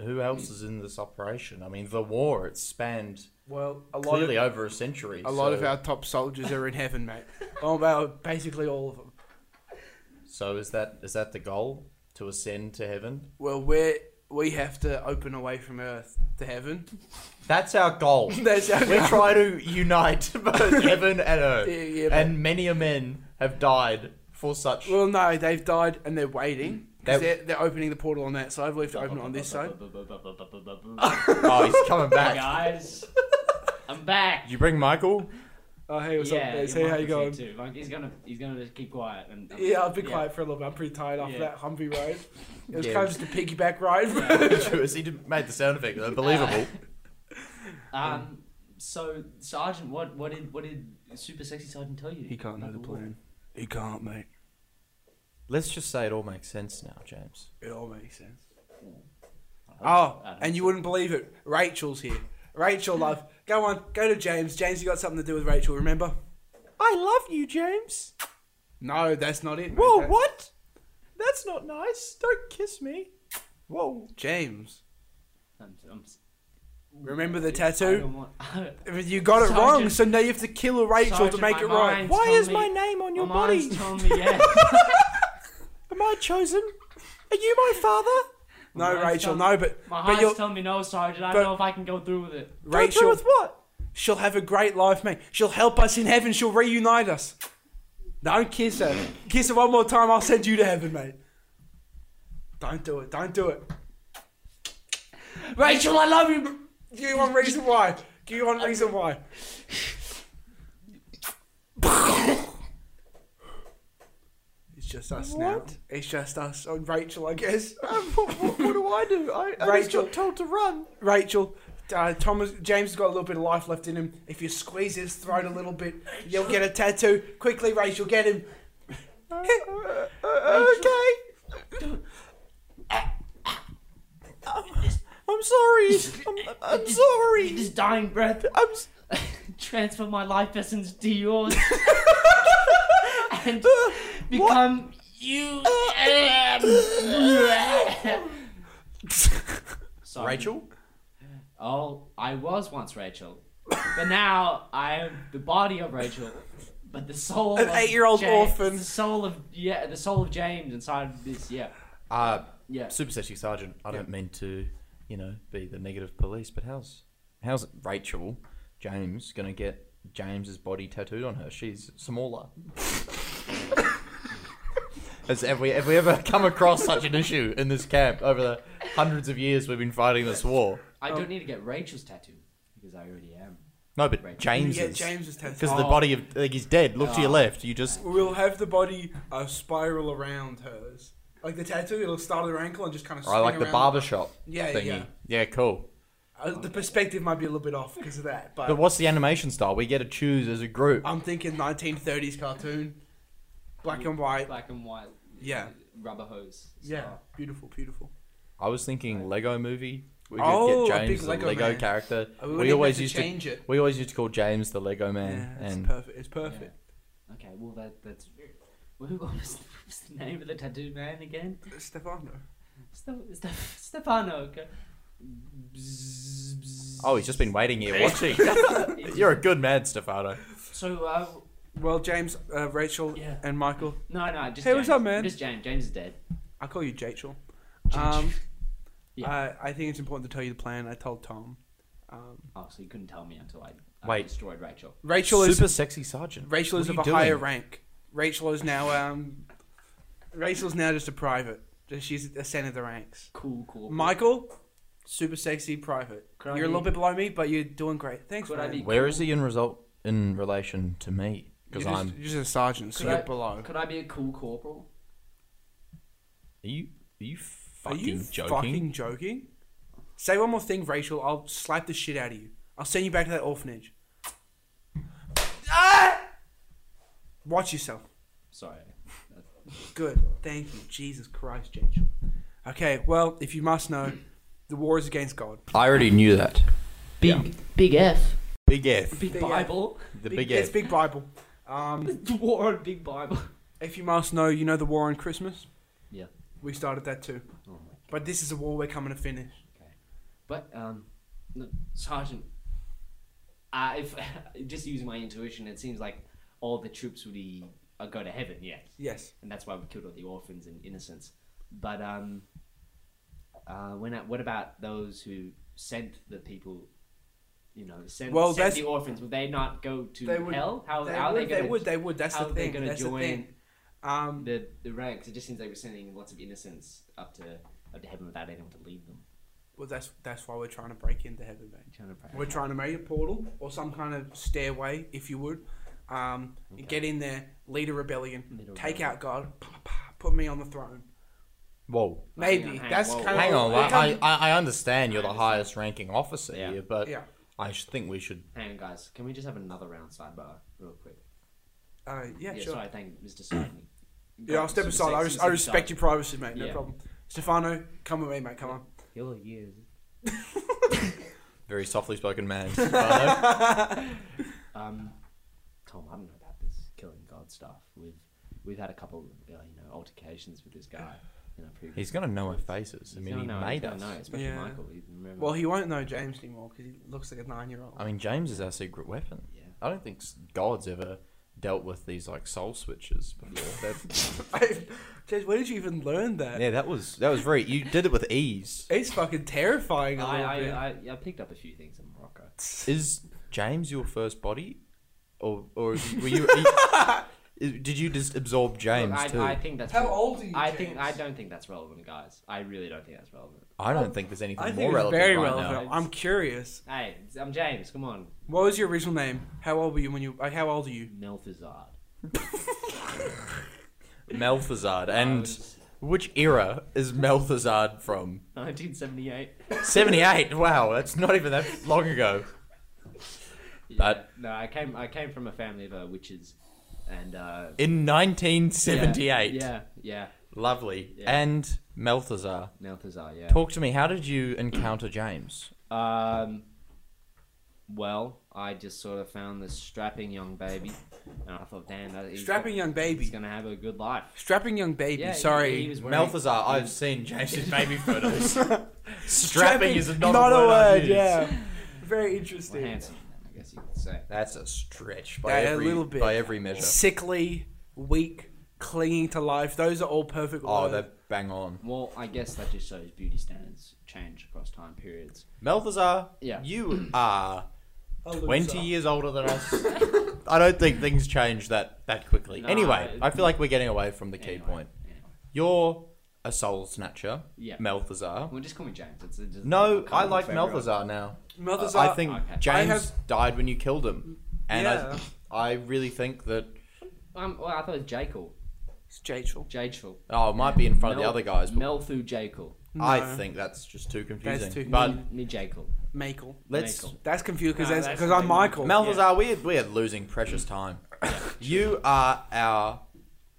who else is in this operation? I mean, the war it spanned
Well, a lot
clearly
of
over a century.
a lot of
so-
our top soldiers are in heaven, mate. Oh, about basically all of them.
So is that is that the goal to ascend to heaven?
Well, we we have to open a way from Earth to heaven.
That's our goal.
That's our
we try to unite both heaven and earth.
Yeah, yeah, but-
and many a men have died for such.
Well, no, they've died and they're waiting. 'Cause
That-
They're, they're opening the portal on that side. We have to open it on this side.
Hey
oh, he's coming back.
guys, I'm back.
Did you bring Michael?
Oh, hey, what's up,
yeah,
guys?
your
Hey, how
mic
you
is here
going?
Too. Like, He's gonna he's gonna just keep quiet and. and-
Yeah, I've been quiet for a little bit. I'm pretty tired after
Yeah.
that Humpy ride. It was
Yeah.
kind of just a piggyback ride.
As he did- made the sound effect, though, believable.
Um. So, Sergeant, what what did what did Super Sexy Sergeant tell you? about war?
He can't, mate.
Let's just say it all makes sense now, James.
It all makes sense.
hope
Oh,
so. I hope
and you wouldn't believe it. Rachel's here. Rachel, love. Go on. Go to James. James, you got something to do with Rachel, remember?
I love you, James.
No, that's not it. mate. That-
what? That's not nice. Don't kiss me. Whoa.
James.
I'm, I'm, s-
Remember the
I
tattoo?
don't want,
You got it wrong,
Sergeant-
so now you have to kill a Rachel to
Sergeant,
make
my
it right.
mind's Why telling is me- my
name on
my mind's telling me yes.
Am I chosen? Are
Are you my father?
My
No,
eyes
Rachel,
tell-
no, but
My
But
heart's
you'll-
telling me no, Sergeant. I
but-
don't know if I can go through with it.
Go through
Rachel,
with what?
she'll have a great life, mate. She'll help us in heaven. She'll reunite us. Don't kiss her. kiss her one more time. I'll send you to heaven, mate. Don't do it. Don't do it. Rachel, I love you. but Give you one reason why. Give you one reason why. It's just us now.
What?
It's just us and Rachel, I guess.
Um, what, do I do? I,
just Rachel. got
told to run.
Rachel, uh, Thomas, James has got a little bit of life left in him. If you squeeze his throat a little bit, you'll get a tattoo. Quickly, Rachel, get him.
okay. I'm sorry. I'm, I'm
With
sorry.
This dying breath,
I'm. s-
transfer my life essence to yours and become you. Sergeant.
Rachel.
Oh, I was once Rachel, but now I am the body of Rachel, but the soul
An
of
eight-year-old
Ja-
orphan.
The soul of yeah, the soul of James inside of this. Yeah,
Uh,
yeah.
Super sexy sergeant. I don't mean to, you know, be the negative police, but how's how's Rachel James gonna get James's body tattooed on her? She's smaller. Has, have we have we ever come across such an issue in this camp over the hundreds of years we've been fighting this war?
I
Oh.
don't need to get Rachel's tattoo because I already am.
No, but
Rachel.
James's.
Yeah, James's tattoo.
Because the
Oh.
body of like he's dead. Look to your
Oh.
left. You just
We'll have the body uh, spiral around hers. Like the tattoo, it'll start at her ankle and just kind of.
I like the barber shop
Yeah, yeah,
thingy.
yeah.
cool.
Uh, the perspective might be a little bit off because of that, but Um,
But what's the animation style? We get to choose as a group.
I'm thinking 1930s cartoon, black and white.
Black and white.
Yeah.
Rubber hose.
Yeah,
style.
beautiful, beautiful.
I was thinking Lego movie. We could
Oh,
get
a
James
big
the
Lego
Lego,
man.
character.
Uh,
we
wouldn't
always
even
used
have
to,
change it.
we always used to call James the Lego man,
yeah, it's
and
perfect. It's perfect.
Okay, well that that's. Well, who what was, what was the name of the tattoo man again?
Stefano.
Ste- Ste- Stefano. okay. Bzz, bzz.
oh, he's just been waiting here watching.
It's-
You're a good man, Stefano.
So uh,
Well, James, uh, Rachel,
Yeah.
and Michael.
no, no, just
Hey,
James.
what's up, man?
Just James. James is dead.
I call you Jachel.
Jachel.
Um,
Yeah.
I, I think it's important to tell you the plan. I told Tom. Um,
Oh, so you couldn't tell me until I, I
Wait.
destroyed Rachel.
Rachel is
Super sexy sergeant.
Rachel
What
is
are
of
you
a
doing?
higher rank. Rachel is now um, Rachel's now just a private. She's ascended the ranks.
Cool, cool.
Michael, super sexy private.
Could I
you're a
be-
little bit below me, but you're doing great. Thanks,
Could I
man.
be-
Where is he in result in relation to me? Because
You're just-
I'm.
you're just a sergeant, so
Could
you're
I-
below.
Could I be a cool corporal?
Are you? Are you
Are
fucking
you
joking?
fucking joking? Say one more thing, Rachel. I'll slap the shit out of you. I'll send you back to that orphanage. Ah! Watch yourself.
Sorry.
Good. Thank you. Jesus Christ, Rachel. Okay, well, if you must know, the war is against God.
I already knew that.
Big,
Yeah.
big F.
Big F.
Big,
Big F.
Bible.
The big,
It's
F.
Big Bible. Um,
The war on Big Bible.
if you must know, you know the war on Christmas?
Yeah.
We started that too.
Oh my
But this is a war we're coming to finish.
But um, no, Sergeant, I if just using my intuition, it seems like all the troops would be, uh, go to heaven, yeah,
Yes.
and that's why we killed all the orphans and innocents. But um, uh, when I, what about those who sent the people? You know, sent,
Well,
sent
that's-
the orphans. Would they not go to
They would-
hell? How,
They,
how
would,
are they going
they
to
would, they would. That's
how
the
are they
thing.
gonna
That's
join-
the thing. Um,
the the ranks? It just seems like we're sending lots of innocents up to up to heaven without anyone to lead them.
Well, that's that's why we're trying to break into heaven, mate.
Trying to pray.
We're trying to make a portal or some kind of stairway, if you would. Um,
Okay.
Get in there, lead a rebellion,
Lead a
take
rebellion.
out God, pa, pa, put me on the throne.
Whoa.
Maybe
hang on,
that's
whoa,
kind of
whoa.
Hang on,
It
I,
comes-
I, I understand you're the highest ranking officer
Yeah.
here, but
yeah.
I sh- think we should.
Hang on, guys. Can we just have another round sidebar real quick?
Uh, yeah, sure.
Sorry, thank Mr. Sargent.
Yeah, I'll step aside. I, res- I respect your privacy, mate. No
Yeah.
problem. Stefano, come with me, mate. Come on.
Your years.
Very softly spoken man. Stefano.
Um, Tom, I don't know about this killing God stuff. We've we've had a couple, uh, you know, altercations with this guy. You know, previously.
he's gonna know our faces. I
He's
mean,
gonna
he
know,
made
he's gonna
us.
know, especially
Yeah.
Michael. He remember.
Well, he won't know James anymore because he looks like a nine-year-old.
I mean, James is our secret weapon.
yeah.
I don't think s- God's ever
dealt with these like soul switches before. That-
I, Jez, where did you even learn that?
Yeah, that was that was very. You did it with ease.
It's fucking terrifying.
I,
a little
I,
bit.
I, I picked up a few things in Morocco.
Is James your first body, or or were you? is- did you just absorb James
Look, I,
too?
I
I,
think that's
How
re-
old are you,
I think I
James?
don't think that's relevant, guys. I really don't think that's relevant.
don't think there's anything
I
more
think it's
relevant.
very
right
relevant.
now.
I'm curious.
Hey, I'm James. Come on,
What was your original name? How old were you when you? Like, how old are you?
Melthazard.
Now. Melfazard
I
and
was
which era is Melfazard from?
1978.
Seventy-eight. Wow, that's not even that long ago.
Yeah,
But-
no, I came I came from a family of uh, witches, and uh,
In 1978.
Yeah, yeah,
Lovely.
Yeah.
And Melthazar.
yeah Melthazar. Yeah.
Talk to me. How did you encounter James?
Um, well, I just sort of found this strapping young baby, and I thought, damn, that he's
Strapping young
he's
baby.
gonna have a good life.
Strapping young baby.
Yeah, he-
Sorry.
he was wearing-
Melthazar. I've seen James's baby photos. Strapping is not,
Not
a word. I'd use.
yeah. Very
well,
interesting.
handsome. I guess you could say.
That's a stretch by
Yeah, a
every
little bit.
by every measure.
Sickly, weak, clinging to life. Those are all perfect
Oh,
words.
they're bang on.
Well, I guess that just shows beauty standards change across time periods.
Melthazar,
Yeah.
you are
A loser.
20 years older than us. I don't think things change that, that quickly.
No,
anyway,
it-
I feel like we're getting away from the key
Anyway,
point.
anyway.
You're a soul snatcher,
Yeah.
Melthazar.
Well, just call me James. It's, it's just
No,
common
I like
favourite.
Melthazar now.
Mothers
I
are-
think
Uh, Okay.
James
I have-
died when you killed him. And
Yeah.
I, I really think that.
Um, well, I thought it was Jacob.
It's Jachel.
Jageful.
Oh, it might be in front of the
Mel-
other guys, but
Melthu Jacob.
I
No.
think that's just too confusing.
too-
but
Mm.
Me Jacob.
Michael.
let's
Michael.
That's confused
No,
because
that's
because I'm
like-
Michael.
Malthazar, we, are, we are losing precious time. you are our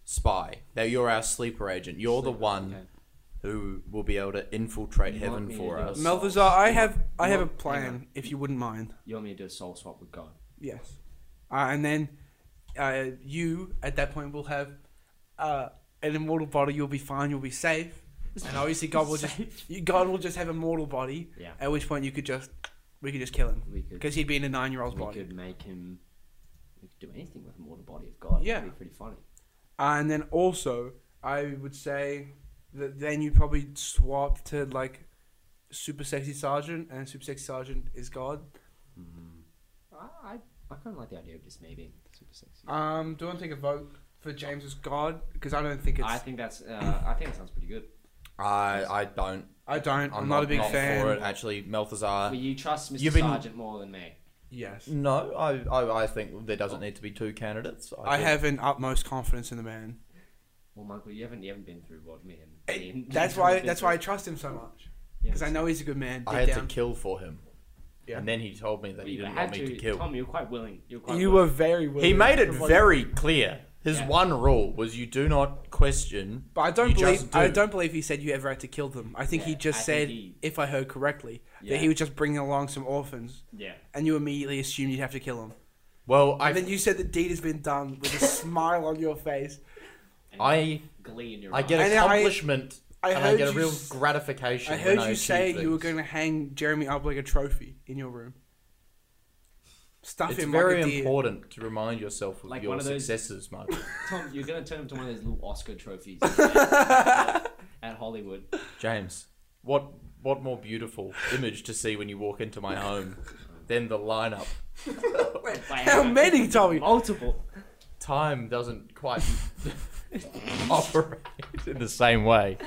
spy. Now you're our sleeper agent. You're the
Sleeper,
one
okay.
who will be able to infiltrate
You want
heaven
me to
for
do
us.
this? Mel-
Malthazar, I have I have a
Well, hang
plan.
on.
If you wouldn't mind,
You want me to do a soul swap with God?
yes. Uh, and then uh, you at that point will have uh, an immortal body. You'll be fine. You'll be safe. And obviously, God will just you- God will just have a mortal body.
Yeah.
At which point you could just we could just kill him
We could.
because he'd be in a nine year old's
We
body.
could make him. We could do anything with a mortal body of God.
Yeah.
It'd be pretty funny.
Uh, and then also, I would say that then you probably swap to like super sexy sergeant, and super sexy sergeant is God.
I I, I kind of like the idea of just me being super sexy.
Um, do you want to take a vote for James as God? Because I don't think it's.
I
I,
think that's. Uh, I think it sounds pretty good.
I I don't.
don't. I'm,
I'm
not, a big fan.
for it. Actually, Malthazar.
Well, you trust mister
Uh, You've been-
Sergeant more than me.
Yes.
No, I, I I think there doesn't need to be two candidates.
I,
think-
have an utmost confidence in the man.
Well, Michael, you haven't you haven't been through what me and me and-
That's why. That's why I trust him so much. Because I know he's a good man.
I
deep
had to
down.
kill for him,
Yeah.
and then he told me that
Well,
he
you
didn't
had
want me to, kill.
Tom, you're quite willing. You're quite
you were
willing.
very. Willing.
He made it
Everybody-
very clear. His
Yeah.
one rule was you do not question.
But I don't
you
believe.
just
I don't believe he said you ever had to kill them. I think he
Yeah,
just
I
said,
think he-
if I heard correctly,
Yeah.
that he was just bringing along some orphans,
Yeah.
and you immediately assumed you'd have to kill them.
Well, I
And then you said the deed has been done with a smile on your face.
And
I
glee in your.
I get
eyes.
And I-
accomplishment
I
and
heard
I get a
you
real
s-
gratification.
I heard
when I
you say
achieve
you were
things.
going to hang Jeremy up like a trophy in your room. Stuff
It's
him
very
like a deer.
important to remind yourself of
Like
your
one of those-
successes, Michael.
Tom, you're gonna turn him to one of those little Oscar trophies at at Hollywood.
James, what what more beautiful image to see when you walk into my home than the lineup?
Wait,
Wow.
how many,
Oh,
Tommy?
Multiple.
Time doesn't quite operate in the same way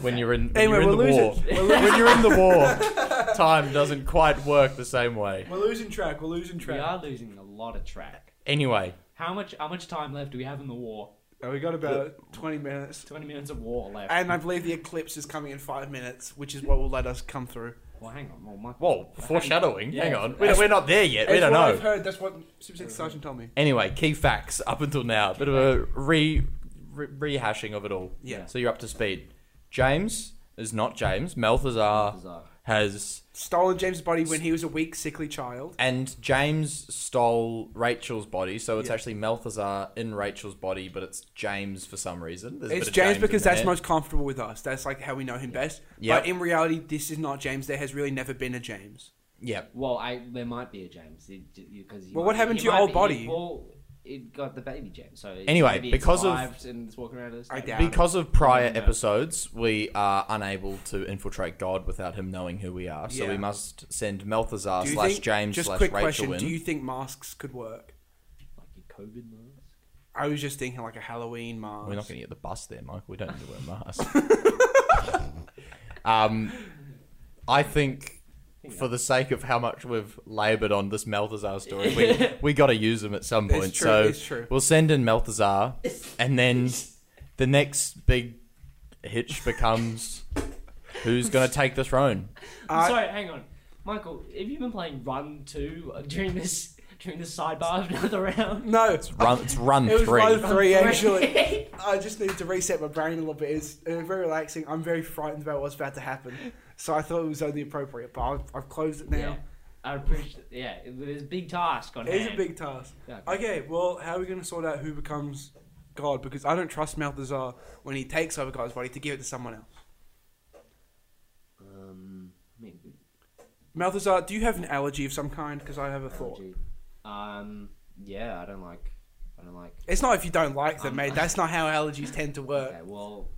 when
Okay.
you're in when
Anyway,
you're in
we're
the war.
losing-
When you're in the war, time doesn't quite work the same way.
We're losing track. We're losing
We
track.
are losing a lot of track.
Anyway,
How much? How much time left do we have in the war?
And we got about 20 minutes.
Twenty minutes of war left.
And I believe the eclipse is coming in five minutes, which is what will let us come through.
well, hang on. Well, Michael.
whoa, foreshadowing.
Yeah.
Hang on, we're, we're not there yet. We
It's
don't
what
know.
I've heard. That's what Super Sexy Sergeant told me.
Anyway, key facts up until now. A bit of a re, re rehashing of it all.
Yeah.
So you're up to speed. James is not James.
uh,
Melthazar
Bizarre.
has,
Stolen James' body when he was a weak, sickly child.
and James stole Rachel's body. So it's
Yeah.
actually Melthazar in Rachel's body, but it's James for some reason. There's a
It's
bit of
James, because
in
that's
there.
most comfortable with us. That's like how we know him best.
Yep.
But in reality, this is not James. There has really never been a James.
Yeah.
Well, I there might be a James because
Well, what happened to your old body?
Well, it got the baby jam. So it-
Anyway,
maybe it's
because of-
arrived and it's walking around. as-
I doubt-
Because of prior
No.
episodes, we are unable to infiltrate God without him knowing who we are. So
Yeah.
we must send Melthazar
Do you
Uh, slash
think-
James
just
slash
quick
Rachel
question:
in.
Do you think masks could work?
like a COVID mask.
I was just thinking like a Halloween mask.
We're not going to get the bus there, Michael. We don't need to wear masks. um, I think for the sake of how much we've laboured on this Melthazar story, we, we got to use him at some
It's
point.
true,
so
it's true.
we'll send in Melthazar, and then the next big hitch becomes who's going to take the throne.
Uh,
Sorry, hang on, Michael. Have you been playing Run Two
uh,
during this during this sidebar of another round?
No,
Run, it's run
it was
three.
row three actually. I just need to reset my brain a little bit. It's uh, very relaxing. I'm very frightened about what's about to happen, so I thought it was only appropriate. But I've, I've closed it
yeah,
now.
I appreciate. Yeah, it was a big task on
It is a
hand.
big task.
Yeah.
Okay, well, how are we going to sort out who becomes God? Because I don't trust Malthazar when he takes over God's body to give it to someone else.
Um, I mean, good
Malthazar, do you have an allergy of some kind? Because I have a thought.
analogy. Um, yeah, I don't like. I don't like.
It's not if you don't like them,
Um,
mate. That's not how allergies tend to work.
Okay, well,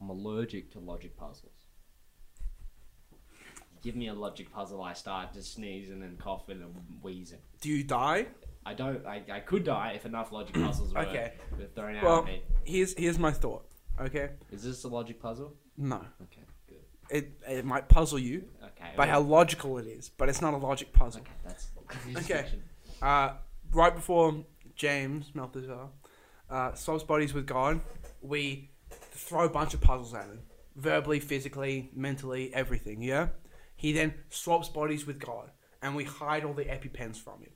I'm allergic to logic puzzles. Give me a logic puzzle, I start to sneeze and then cough and then wheezing.
Do you die?
I don't. I, I could die if enough logic puzzles were,
Okay.
were thrown out
Well-
at me.
Here's here's my thought. Okay.
Is this a logic puzzle?
No,
Okay, good.
it it might puzzle you
Okay.
by how
well,
logical it is, but it's not a logic puzzle.
Okay, that's.
Okay. Uh, right before James Malthazar uh, swaps bodies with God, we throw a bunch of puzzles at him, verbally, physically, mentally, everything. Yeah. He then swaps bodies with God, and we hide all the epipens from him,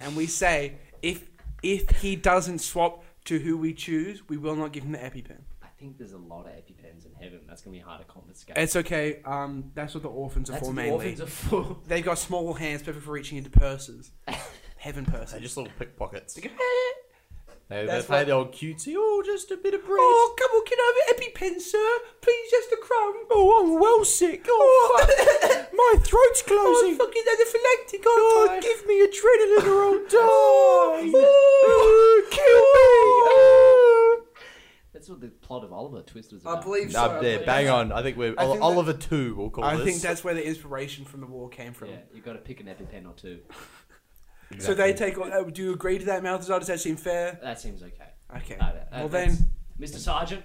and we say if if he doesn't swap to who we choose, we will not give him the epipen.
I think there's a lot of EpiPens in heaven. That's gonna be hard to confiscate.
It's okay. Um, that's what the orphans are
that's
for
what the
mainly.
orphans are for.
They've got small hands, perfect for reaching into purses. Heaven
They're
purses.
just little pickpockets. They, they
That's
play
what-
the old cutesy. Oh, just a bit of bread.
Oh, come on, get over EpiPen, sir. Please, just a crumb.
Oh, I'm well sick. Oh, fuck. my throat's
I'm
closing.
Oh, fucking anaphylactic.
God,
Oh,
give me adrenaline or I'll die. Oh, kill
That's what the plot of Oliver Twist was
I
about.
believe
me.
so. I
Up there,
believe
bang
so.
on. I think we're
Oh. I think that-
Oliver Two. We'll call
I
this.
think that's where the inspiration from the war came from.
Yeah, you got to pick an EpiPen or two.
So they take. all- Uh, do you agree to that, Malthazar? Does that seem fair?
That seems okay.
Okay.
Uh, that-
well
that's-
then.
Mr. Sergeant.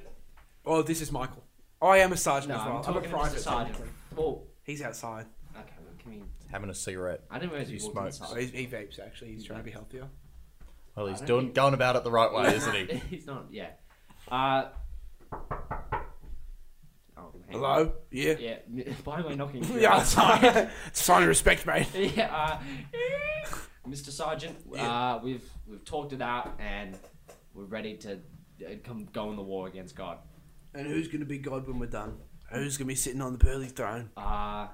Oh, this is Michael. I am a sergeant
No,
as
I'm
well. I'm, a
talking to Mr.
private
Sergeant.
sergeant.
Well,
He's outside.
okay. Well, can we?
having a cigarette.
I didn't realize
He
you walked
smokes.
Oh,
inside.
he's, he vapes actually. He's trying to be healthier.
Well,
I
he's
don't
doing
think-
going about it the right way, isn't he?
He's not. Yeah. Uh. Oh, hang on.
Hello. Yeah.
Yeah. m- Why am I knocking?
Yeah.
you
outside. Sign of respect, mate.
yeah. Uh, Mr. Sergeant, uh, we've we've talked it out and we're ready to uh, come go in the war against God.
And who's going to be God when we're done? Who's going to be sitting on the pearly throne?
Uh,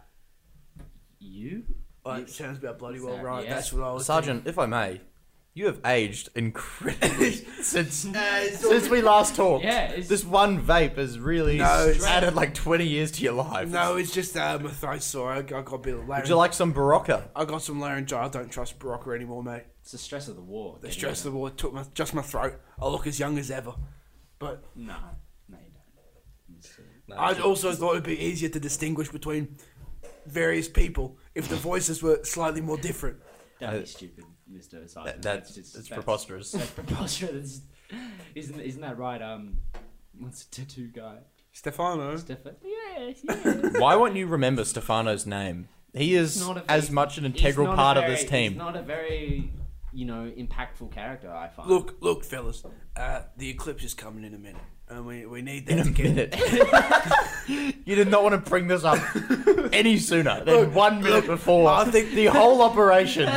you?
Oh,
You-
it sounds about bloody well
Exactly,
right.
yeah.
That's what I was
Sergeant, if I may, you have aged incredibly since
uh,
since we last talked.
Yeah, it's-
this one vape has really
No, it's-
added like twenty years to your life.
thinking. No, it's just uh, my throat sore. I I got a bit of
Would
larynx.
you like some Barocca?
I got some laryngitis. I don't trust Barocca anymore, mate.
It's the stress of the war.
The stress of the war took my just my throat. I look as young as ever. But
No, no, you don't. Mr.
I also thought it'd be easier to distinguish between various people if the voices were slightly more different.
Don't
Uh,
be stupid, Mr. Sergeant.
That, that's
just-
it's
that's-
preposterous.
That's preposterous. Isn't isn't that right? Um, what's the tattoo guy?
Stefano.
Stefan.
Yes, yes.
Why won't you remember Stefano's name? He is
He's not a-
as much an
He's
integral
not a
part of
very-
this
He's
team.
not a very, you know, impactful character. I find.
Look, look, fellas. Uh, the eclipse is coming in a minute. And we, we need that
In a
to get
minute. you did not want to bring this up any sooner than
Look,
one minute
look,
before.
I think-
the whole operation.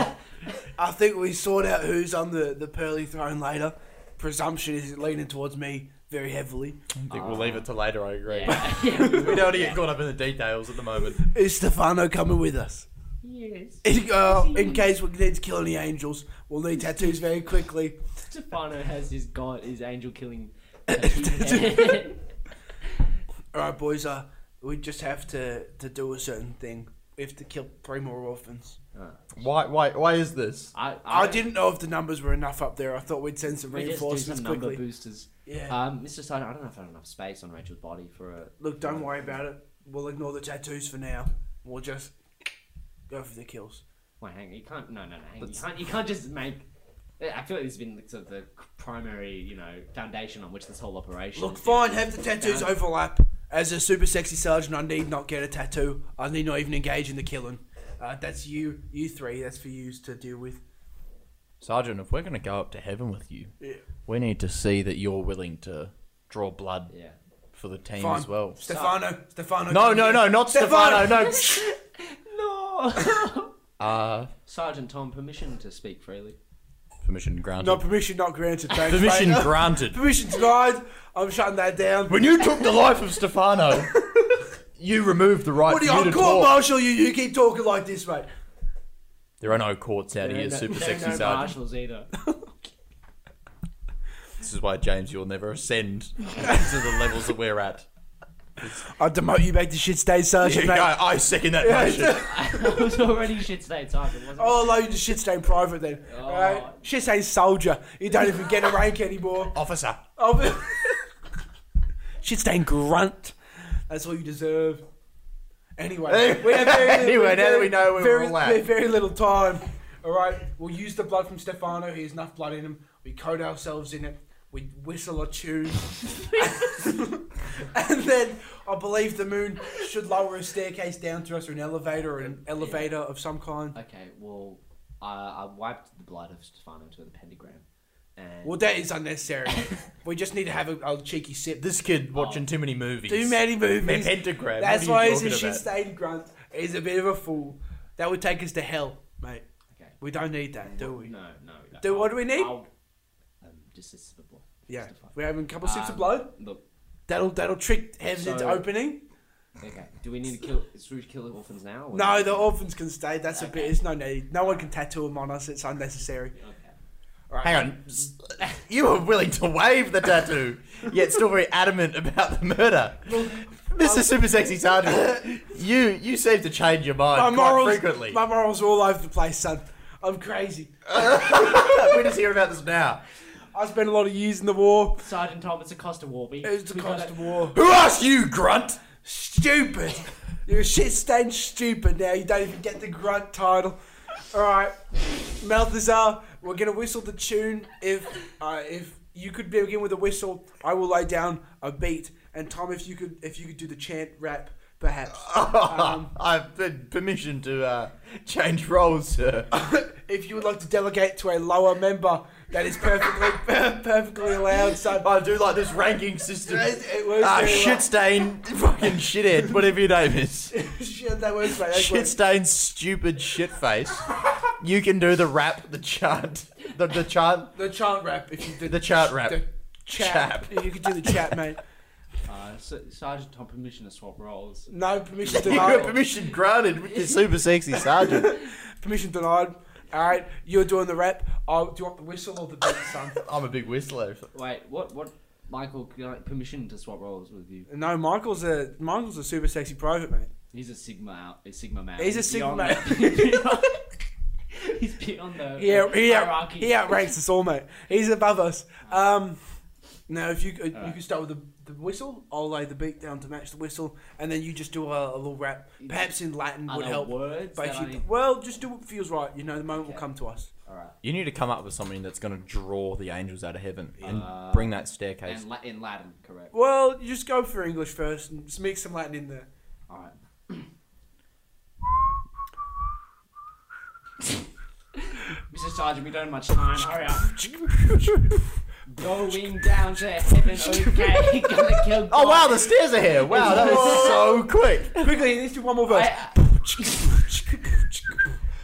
I think we sort out who's on the, the pearly throne later. Presumption is leaning towards me very heavily.
I think we'll leave it to later. I agree.
Yeah. yeah, we
We
will.
don't want to get caught up in the details at the moment.
Is Stefano coming with us?
yes.
In, uh, in case we need to kill any angels, we'll need tattoos very quickly.
Stefano has his god, his angel killing.
All right, boys. Uh, we just have to, to do a certain thing We have to kill three more orphans.
Uh,
Why? Why? Why is this?
I,
I didn't know if the numbers were enough up there. I thought we'd send some
we just do
reinforcements
some number
quickly.
boosters.
yeah.
Um, Mr. Sergeant, I don't know if I have enough space on Rachel's body for a.
Look, don't worry about it. We'll ignore the tattoos for now. We'll just go for the kills.
Wait, hang on. You can't. No, no, no. Hang on. You can't. You can't just make. I feel like this has been sort of the primary, you know, foundation on which this whole operation.
Look,
is
fine.
built.
Have the tattoos overlap. As a super sexy sergeant, I need not get a tattoo. I need not even engage in the killing. Uh, that's you, you three. That's for you to deal with.
Sergeant, if we're going to go up to heaven with you,
Yeah.
we need to see that you're willing to draw blood
Yeah.
for the team
Fine.
as well.
Stefano, Stefano.
No,
come
no,
here.
no, not Stefano. No.
No.
Uh,
Sergeant Tom, permission to speak freely.
permission granted.
No permission not granted. Thanks,
permission
mate.
granted.
permission denied. I'm shutting that down.
When you took the life of Stefano, you removed the right
What do you?
for you
I'll
to
court
talk.
martial you. You keep talking like this, mate.
There are no courts out
There are
here,
no-
super
there are
sexy
no
sergeant.
marshals either.
This is why James, you'll never ascend to the levels that we're at.
I'll demote you back to shit stage
Here
sergeant,
you
mate.
go. I second that motion.
I was already shit state sergeant, wasn't I?
I'll allow you to shit stain private then. Alright?
Oh.
Shit stain soldier. You don't even get a rank anymore.
Officer.
I'll be- shit stain grunt. That's all you deserve. Anyway, we have very,
Anyway,
we have
now that
very-
we know where
very,
we're all at.
we have very little time. Alright, we'll use the blood from Stefano. He has enough blood in him. We coat ourselves in it. We whistle a tune. and then I believe the moon should lower a staircase down to us or an elevator or an elevator of some kind.
Okay, well, I, I wiped the blood of Stefano into the pentagram. And
Well, that is unnecessary. we just need to have a, a cheeky sip.
This kid watching too many movies.
Too many
They're
movies.
pentagram.
That's
what are
why
you
he's a
talking
shit
about?
stained grunt. He's a bit of a fool. That would take us to hell, mate.
okay.
We don't need that, do we?
No, no. we don't.
Do what do we need?
I'll, um, just a sip of blood.
Yeah,
Just a fuck.
we're having a couple sips of
Um,
blood.
Look,
That'll that'll trick heaven into
So-
opening.
okay. Do we need to kill? Is Rouge kill the orphans now? or-
No, the orphans can stay. That's a bit.
Okay.
It's no need. No one can tattoo them on us. It's unnecessary.
Okay.
Hang on. You were willing to waive the tattoo, yet still very adamant about the murder. Mr. Super Sexy Sergeant, you you seem to change your mind
My
quite
morals,
frequently.
my morals are all over the place, son. I'm crazy.
we just hear about this now.
I spent a lot of years in the war.
Sergeant Tom, it's a cost of war. We,
It's the
we gotta-
cost of war.
Who asked you, Grunt?
Stupid. You're a shit stained stupid now. You don't even get the grunt title. Alright. Malthazar, we're gonna whistle the tune. If uh, if you could begin with a whistle, I will lay down a beat. And Tom, if you could if you could do the chant rap, perhaps. Um,
I've been permission to uh, change roles, sir.
if you would like to delegate to a lower member, that is perfectly perfectly allowed, son.
I do like this ranking system.
It- it works
Ah,
very
shit stain, fucking shithead, whatever your name is.
well. Shit, that works, mate. That
Shit
works.
stain, stupid shit face. You can do the rap, the chant, the, the chant,
The chant rap, if you did
the chant rap.
the chap.
Chap.
You could do the chap, mate.
Uh, so, Sergeant Tom, permission to swap roles.
No permission
You got
denied.
permission granted with your super sexy sergeant.
Permission denied. All right, you're doing the rap. Oh, do you want the whistle or the beat, son?
I'm a big whistler.
Wait, what? What? Michael, can I- permission to swap roles with you?
No, Michael's a Michael's a super sexy private mate.
He's a Sigma out. A Sigma man.
He's a Sigma
beyond-
He's beyond the
He out, he, out,
hierarchy.
he outranks us all, mate. He's above us. Um, now if you uh, you
Alright.
can start with the, the whistle, I'll lay the beat down to match the whistle, and then you just do a, a little rap, perhaps in Latin
Are
would
there
help.
Words
But
that
if
I
you,
need-
well, just do what feels right. You know, the moment will
Okay.
come to us.
All right.
You need to come up with something that's going to draw the angels out of heaven and
Uh,
bring that staircase.
And la- in Latin, correct.
Well, you just go for English first and just make some Latin in there.
All right. Mr. Sergeant, we don't have much time. Hurry up. Going down to heaven, okay. Gonna kill God.
Oh wow, the stairs are here! Wow, that was so quick.
Quickly, let's do one more verse.
I-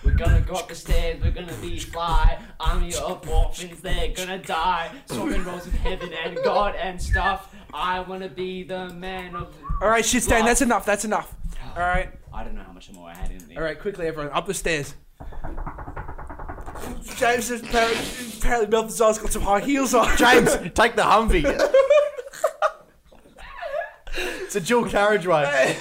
We're gonna go up the stairs, we're gonna be fly. Army of orphans, they're gonna die. Swapping rolls in heaven and God and stuff. I wanna be the man of.
All right, shit, Stan, that's enough. That's enough. All right,
I don't know how much more I had in there.
all right, quickly, everyone, up the stairs. James is apparently, apparently Balthazar's got some high heels on.
James, take the Humvee. it's a dual carriageway.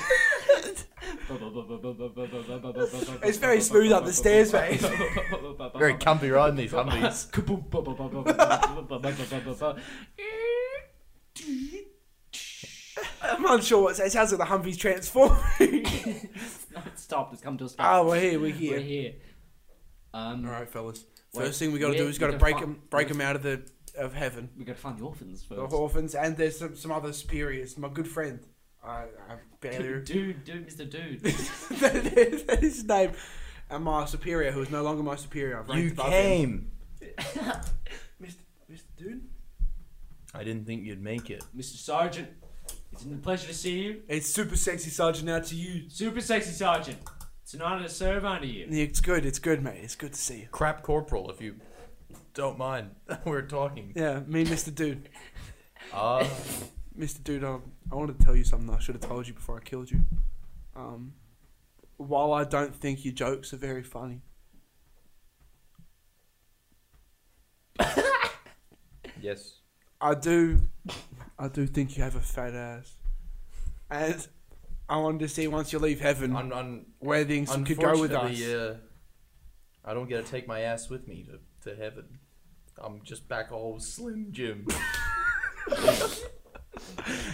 Blah, blah, blah, blah,
It's very smooth up the stairs, mate.
Very comfy riding these Humvees.
I'm unsure what it sounds like the Humvee's transforming.
Stop! It's come to a stop.
ah, we're here, we're
We're
here.
here. Um,
All right, fellas.
Wait,
First thing we got to
where-
do is got to
we gotta
break
fi-
them, break them out of the of heaven.
we gotta find the orphans
The
first.
orphans and there's some, some other superiors. My good friend, I, I barely
Dude, dude, dude, Mr. Dude.
that is his name, and my superior, who is no longer my superior. I've ranked
You
above him.
came.
Mr. Mr. Dude.
I didn't think you'd make it.
Mr. Sergeant, it's a pleasure to see you.
It's super sexy, Sergeant. Out to you.
Super sexy sergeant. It's an honor to serve under you.
It's good. It's good, mate. It's good to see you.
Crap corporal, if you don't mind. We're talking.
Yeah, me, and Mr. Dude.
Uh,
Mr. Dude, um, I wanted to tell you something I should have told you before I killed you. Um, while I don't think your jokes are very funny,
yes.
I do, I do think you have a fat ass, and I wanted to see once you leave heaven
Un- un-
where things could go with us.
unfortunately, Uh, I don't get to take my ass with me to, to heaven. I'm just back a whole slim Jim.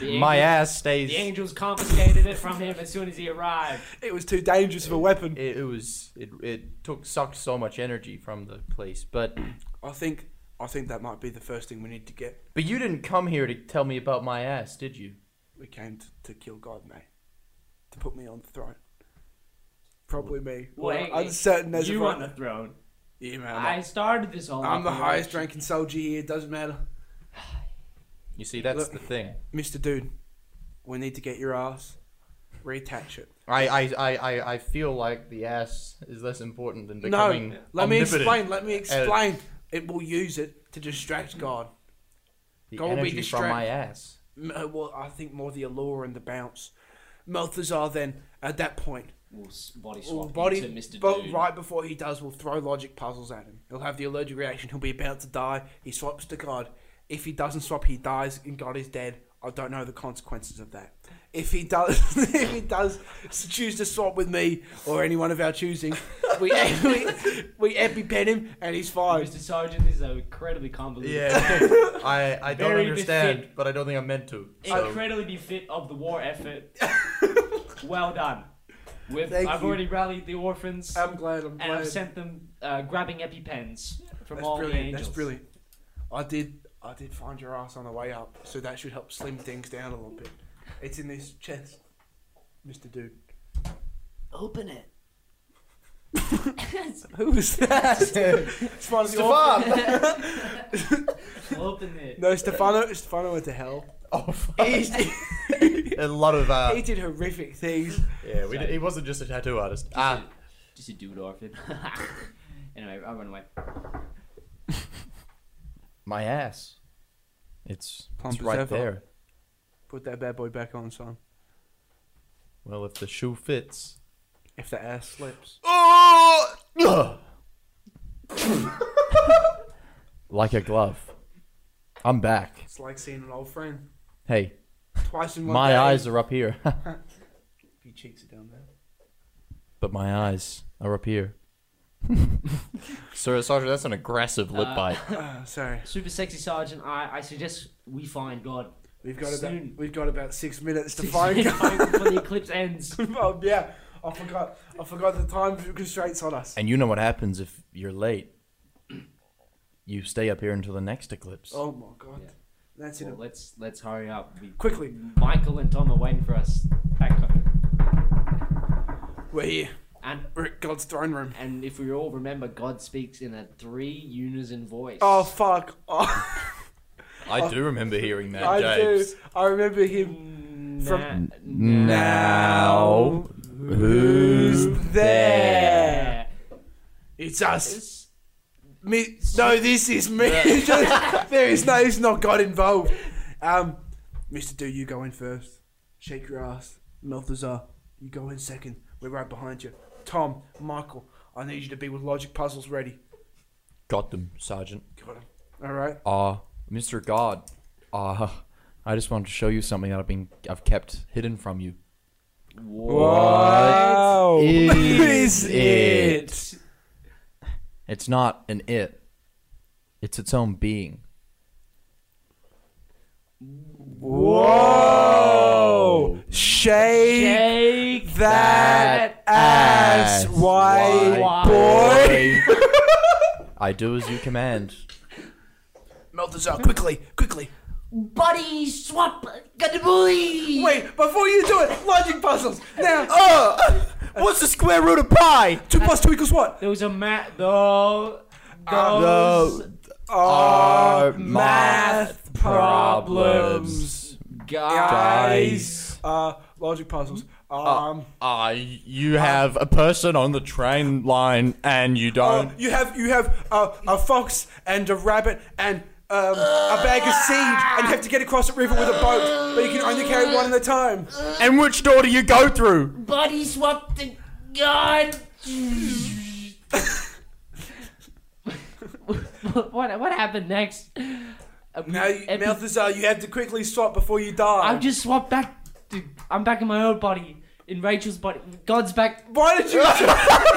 The angel-
ass stays.
The angels confiscated it from him as soon as he arrived.
It was too dangerous of a weapon.
It, it was. It, it took sucked so much energy from the place, but
I think, I think that might be the first thing we need to get.
but you didn't come here to tell me about my ass, did you?
We came to, to kill God, mate, to put me on the throne. Probably me.
Well,
Well,
hey,
uncertain as
you
of right
on the
now.
throne.
Yeah, man. I'm
I started this whole.
I'm the
operation.
highest ranking soldier here. It doesn't matter,
You see, that's
Look-
the thing.
Mister Dude. We need to get your ass, reattach it.
I, I, I, I, I feel like the ass is less important than
No,
becoming.
let me
omnipotent.
explain. Let me explain. It will use it to distract God.
The
Go and be
energy
distracted.
from my ass.
M- uh, Well, I think more the allure and the bounce. Malthazar then at that point
We'll s- body
will
swap you
body,
to Mr.
but
Dude.
right before he does, will throw logic puzzles at him. He'll have the allergic reaction. He'll be about to die. He swaps to God. If he doesn't swap, he dies, and God is dead. I don't know the consequences of that. If he does, if he does s- choose to swap with me or anyone of our choosing, we we, we epipen him and he's fine.
Mr. Sergeant this is incredibly convoluted.
Yeah, I, I don't
Very
understand,
defeat.
but I don't think I'm meant to. So.
Incredibly befit of the war effort. well done. With
Thank
I've
you. Um,
already rallied the orphans
I'm glad. I'm
and
glad.
I've sent them uh, grabbing EpiPens from
That's
all the
brilliant.
angels.
That's brilliant. I did. I did find your ass on the way up, so that should help slim things down a little bit. It's in this chest, Mister Dude.
Open it.
Who was that? it's one of the orphans.
Stefan!
Open it.
No, Stefano. Stefano went to hell.
Oh, fuck.
He's,
a lot of uh,
he did horrific things.
yeah. We, d- he wasn't just a tattoo artist.
Just,
Ah,
a, just a dude orphan. anyway, I'll run away.
my ass. It's
Plump
it's
as
right
ever.
there.
Put that bad boy back on, son.
Well, if the shoe fits.
If the ass slips.
Oh! like a glove. I'm back.
It's like seeing an old friend
Hey,
twice in one
my
day.
eyes are up here,
Your cheeks are down there.
but my eyes are up here. Sir, Sergeant, that's an aggressive lip
Uh,
bite.
Ah, sorry.
Super sexy sergeant, I, I suggest we find God.
We've got
Soon.
about we've got about six minutes to
Six
find.
minutes before the eclipse ends.
oh yeah, I forgot. I forgot the time constraints on us.
And you know what happens if you're late. You stay up here until the next eclipse.
Oh my god,
Yeah.
that's
Well, uh,
it.
let's let's hurry up. We,
Quickly,
Michael and Tom are waiting for us back home.
we're here.
And
We're at God's throne room.
and if we all remember, God speaks in a three unison voice.
Oh fuck! Oh,
I do remember hearing that,
I do.
James.
I remember him.
from
Now, who's there?
It's us. Me? No, this is me. there is no. It's not God involved. Um, Mister, do you go in first? Shake your ass, Melthazar. You go in second. We're right behind you. Tom, Michael, I need you to be with logic puzzles ready.
Got them, Sergeant.
Got him. All right.
Ah, Mr. God. Ah, I just wanted to show you something that I've been I've kept hidden from you.
What
Oh, is it?
It's not an it. It's its own being.
Whoa! Shake
Shake
that
that
ass,
ass,
white
white
boy.
I do as you command.
Melt this out quickly, quickly.
buddy swap got the boy.
Wait, before you do it, logic puzzles. Now,
Oh, what's the square root of pi?
two plus two equals what?
There was a mat though. Uh,
Ah,
Those
Our
Our
math
Uh, math
problems, guys.
Guys. Uh,
Uh, logic puzzles. Um,
Ah, you have a person on the train line and you
uh, you have you have uh, a fox and a rabbit and um, a bag of seed, and you have to get across a river with a boat, but you can only carry one at a time.
Oh. and which door do you go through?
buddy swap the god. what, what what happened next? Uh,
Now, you,
epi-
Malthazar, you have to quickly swap before you die.
I just swapped back. To, I'm back in my own body, in Rachel's body. God's back.
Why did you?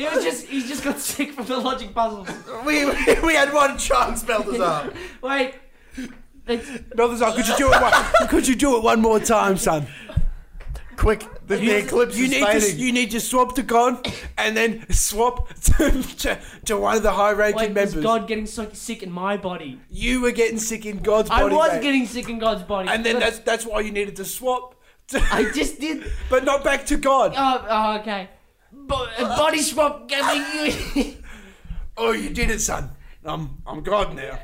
He was just he just got sick from the logic puzzles.
We, we, we had one chance, Balthazar.
Wait. That's,
Malthazar, could you do it? One, could you do it one more time, son?
Quick, the, the eclipse
You
is
need
fading.
to you need to swap to God, and then swap to to, to one of the high ranking
wait, was
members.
God getting so sick in my body?
You were getting sick in God's
I
body.
was
mate.
getting sick in God's body.
and then
But
that's that's why you needed to swap, to,
I just did.
but not back to God.
Oh, oh okay. Bo- uh, body swap gave me.
Oh, you did it, son. I'm I'm God now.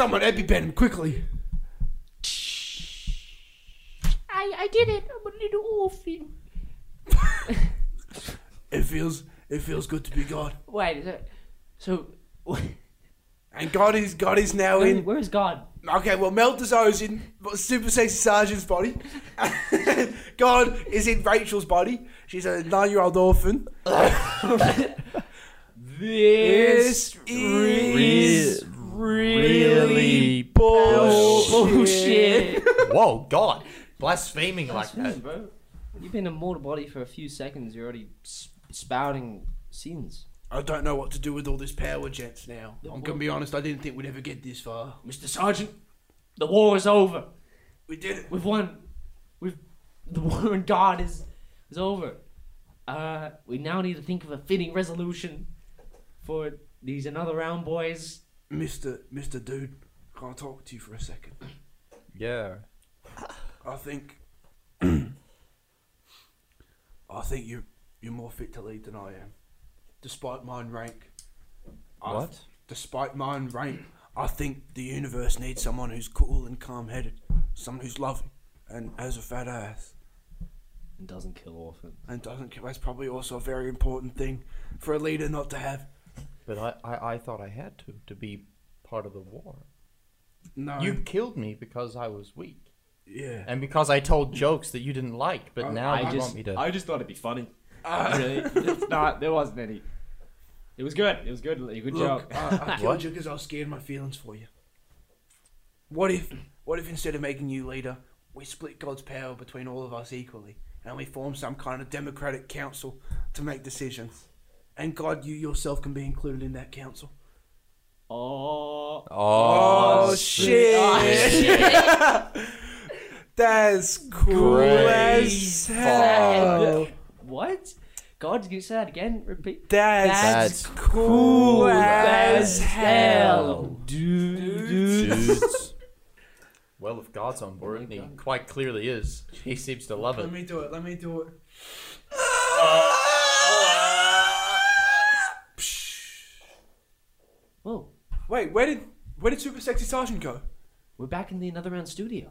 Someone EpiPen him quickly.
I, I did it. I'm a little orphan.
It feels it feels good to be God.
Wait, so, so
And God is God is now in
where is God?
Okay, well, Meltzer is in Super Sexy Sergeant's body. God is in Rachel's body. She's a nine year old orphan.
This
is
really
bullshit.
Whoa, God. Blaspheming like that.
bro. You've been in a mortal body for a few seconds. You're already s- spouting sins.
I don't know what to do with all this power, gents, now. I'm going to be honest, I didn't think we'd ever get this far.
Mr. Sergeant, the war is over.
We did it.
We've won. We've the war in God is is over. Uh, we now need to think of a fitting resolution for these another round, boys.
Mr. Mr. Dude, can I talk to you for a second?
Yeah.
I think. I think you you're more fit to lead than I am. Despite mine rank. I th-
What?
despite mine rank, I think the universe needs someone who's cool and calm headed. Someone who's loving and has a fat ass.
And doesn't kill orphans.
And doesn't care. That's probably also a very important thing for a leader not to have.
But I, I, I thought I had to, to be part of the war.
No.
You killed me because I was weak.
yeah.
And because I told jokes that you didn't like, but
I-
now
Um, I
you
just-
want me to.
I just thought it'd be funny. really, it's not. There wasn't any. It was good. It was good. A good
Look,
joke.
I, I killed
What?
you because I was scared of my feelings for you. What if, what if instead of making you leader, we split God's power between all of us equally, and we form some kind of democratic council to make decisions, and God, you yourself can be included in that council.
Oh,
Oh,
That's cool
as
hell. what? God, did you say that again? Repeat.
That's,
That's That's
cool, as
as
hell.
hell.
Dudes. well, if God's on board, and he quite clearly is, he seems to love
Let
it.
me do it. Let me do it.
Whoa,
Wait, where did where did Super Sexy Sergeant go?
we're back in the another round studio.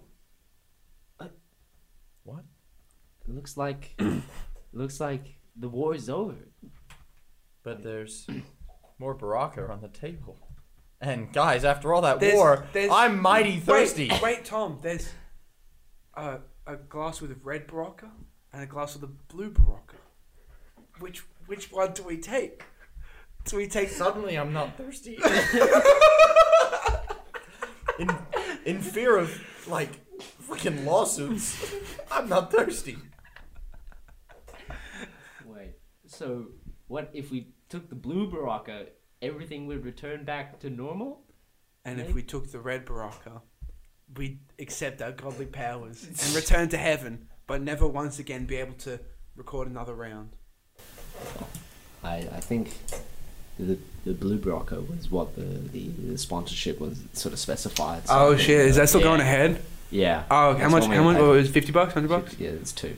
What?
It looks like, looks like the war is over.
But there's more Baraka on the table. And guys, after all that
There's-
war,
there's-
I'm mighty thirsty.
Wait, wait, Tom. There's a, a glass with a red Barocca and a glass with a blue Barocca. Which which one do we take? Do we take
Suddenly, I'm not thirsty. in in fear of like freaking lawsuits, I'm not thirsty.
So, what if we took the blue Baraka? Everything would return back to normal.
And if
Right.
we took the red Baraka, we'd accept our godly powers and return to heaven, but never once again be able to record another round.
I, I think the the blue Baraka was what the, the, the sponsorship was sort of specified. so I
Oh
think,
shit! Is
uh,
that still
Yeah.
going ahead?
Yeah.
Oh, how
That's
much?
what we
How much?
paid.
Oh, it was fifty bucks, hundred bucks.
Yeah, it's two.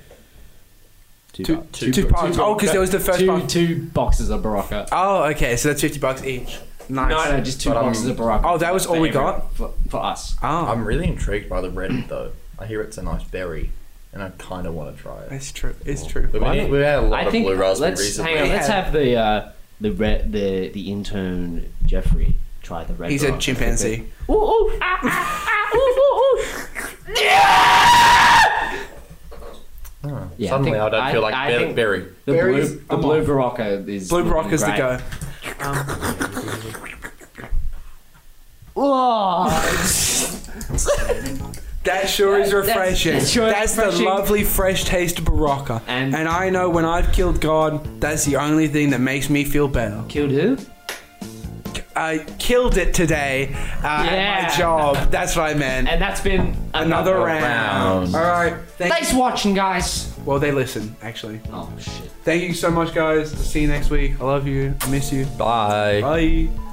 Two
Two-
bu-
Two, bucks. Oh, because there was the first
two,
box.
two boxes of Baraka.
Oh, okay. So that's fifty bucks each. Nice.
No, no, just two
But, um,
boxes of Baraka.
Oh, that was
for
all we
everyone-
got?
for, for us.
Oh,
I'm really intrigued by the red though. I hear it's a nice berry, and I kind of want to try it.
it's true. It's true.
We've, been, we've had a lot
I
of
think
blue raspberry
let's
recently.
hang on. Let's
Yeah.
have the uh, the re- the the intern Jeffrey try the red.
He's a
Baraka.
chimpanzee.
Ooh, ooh, ah, ah, ah, ooh, ooh, ooh. Yeah!
Oh,
Yeah, I
suddenly,
think-
I, don't
I-
feel like
I
ber-
think-
berry.
The
Berries-
blue, the blue Baraka is
Blue
looking
Baraka's the
great.
go. Um, that sure is refreshing. That's,
that's sure
the
refreshing.
lovely fresh taste of Baraka.
And-
and I know when I've killed God, that's the only thing that makes me feel better.
Killed who?
I killed it today uh, at my
Yeah.
job. That's what I meant.
And that's been
Another
another.
round.
round.
All right. Thank
Thanks for watching, guys.
Well, they listen, actually.
Oh shit.
Thank you so much, guys. See you next week. I love you. I miss you.
Bye.
Bye.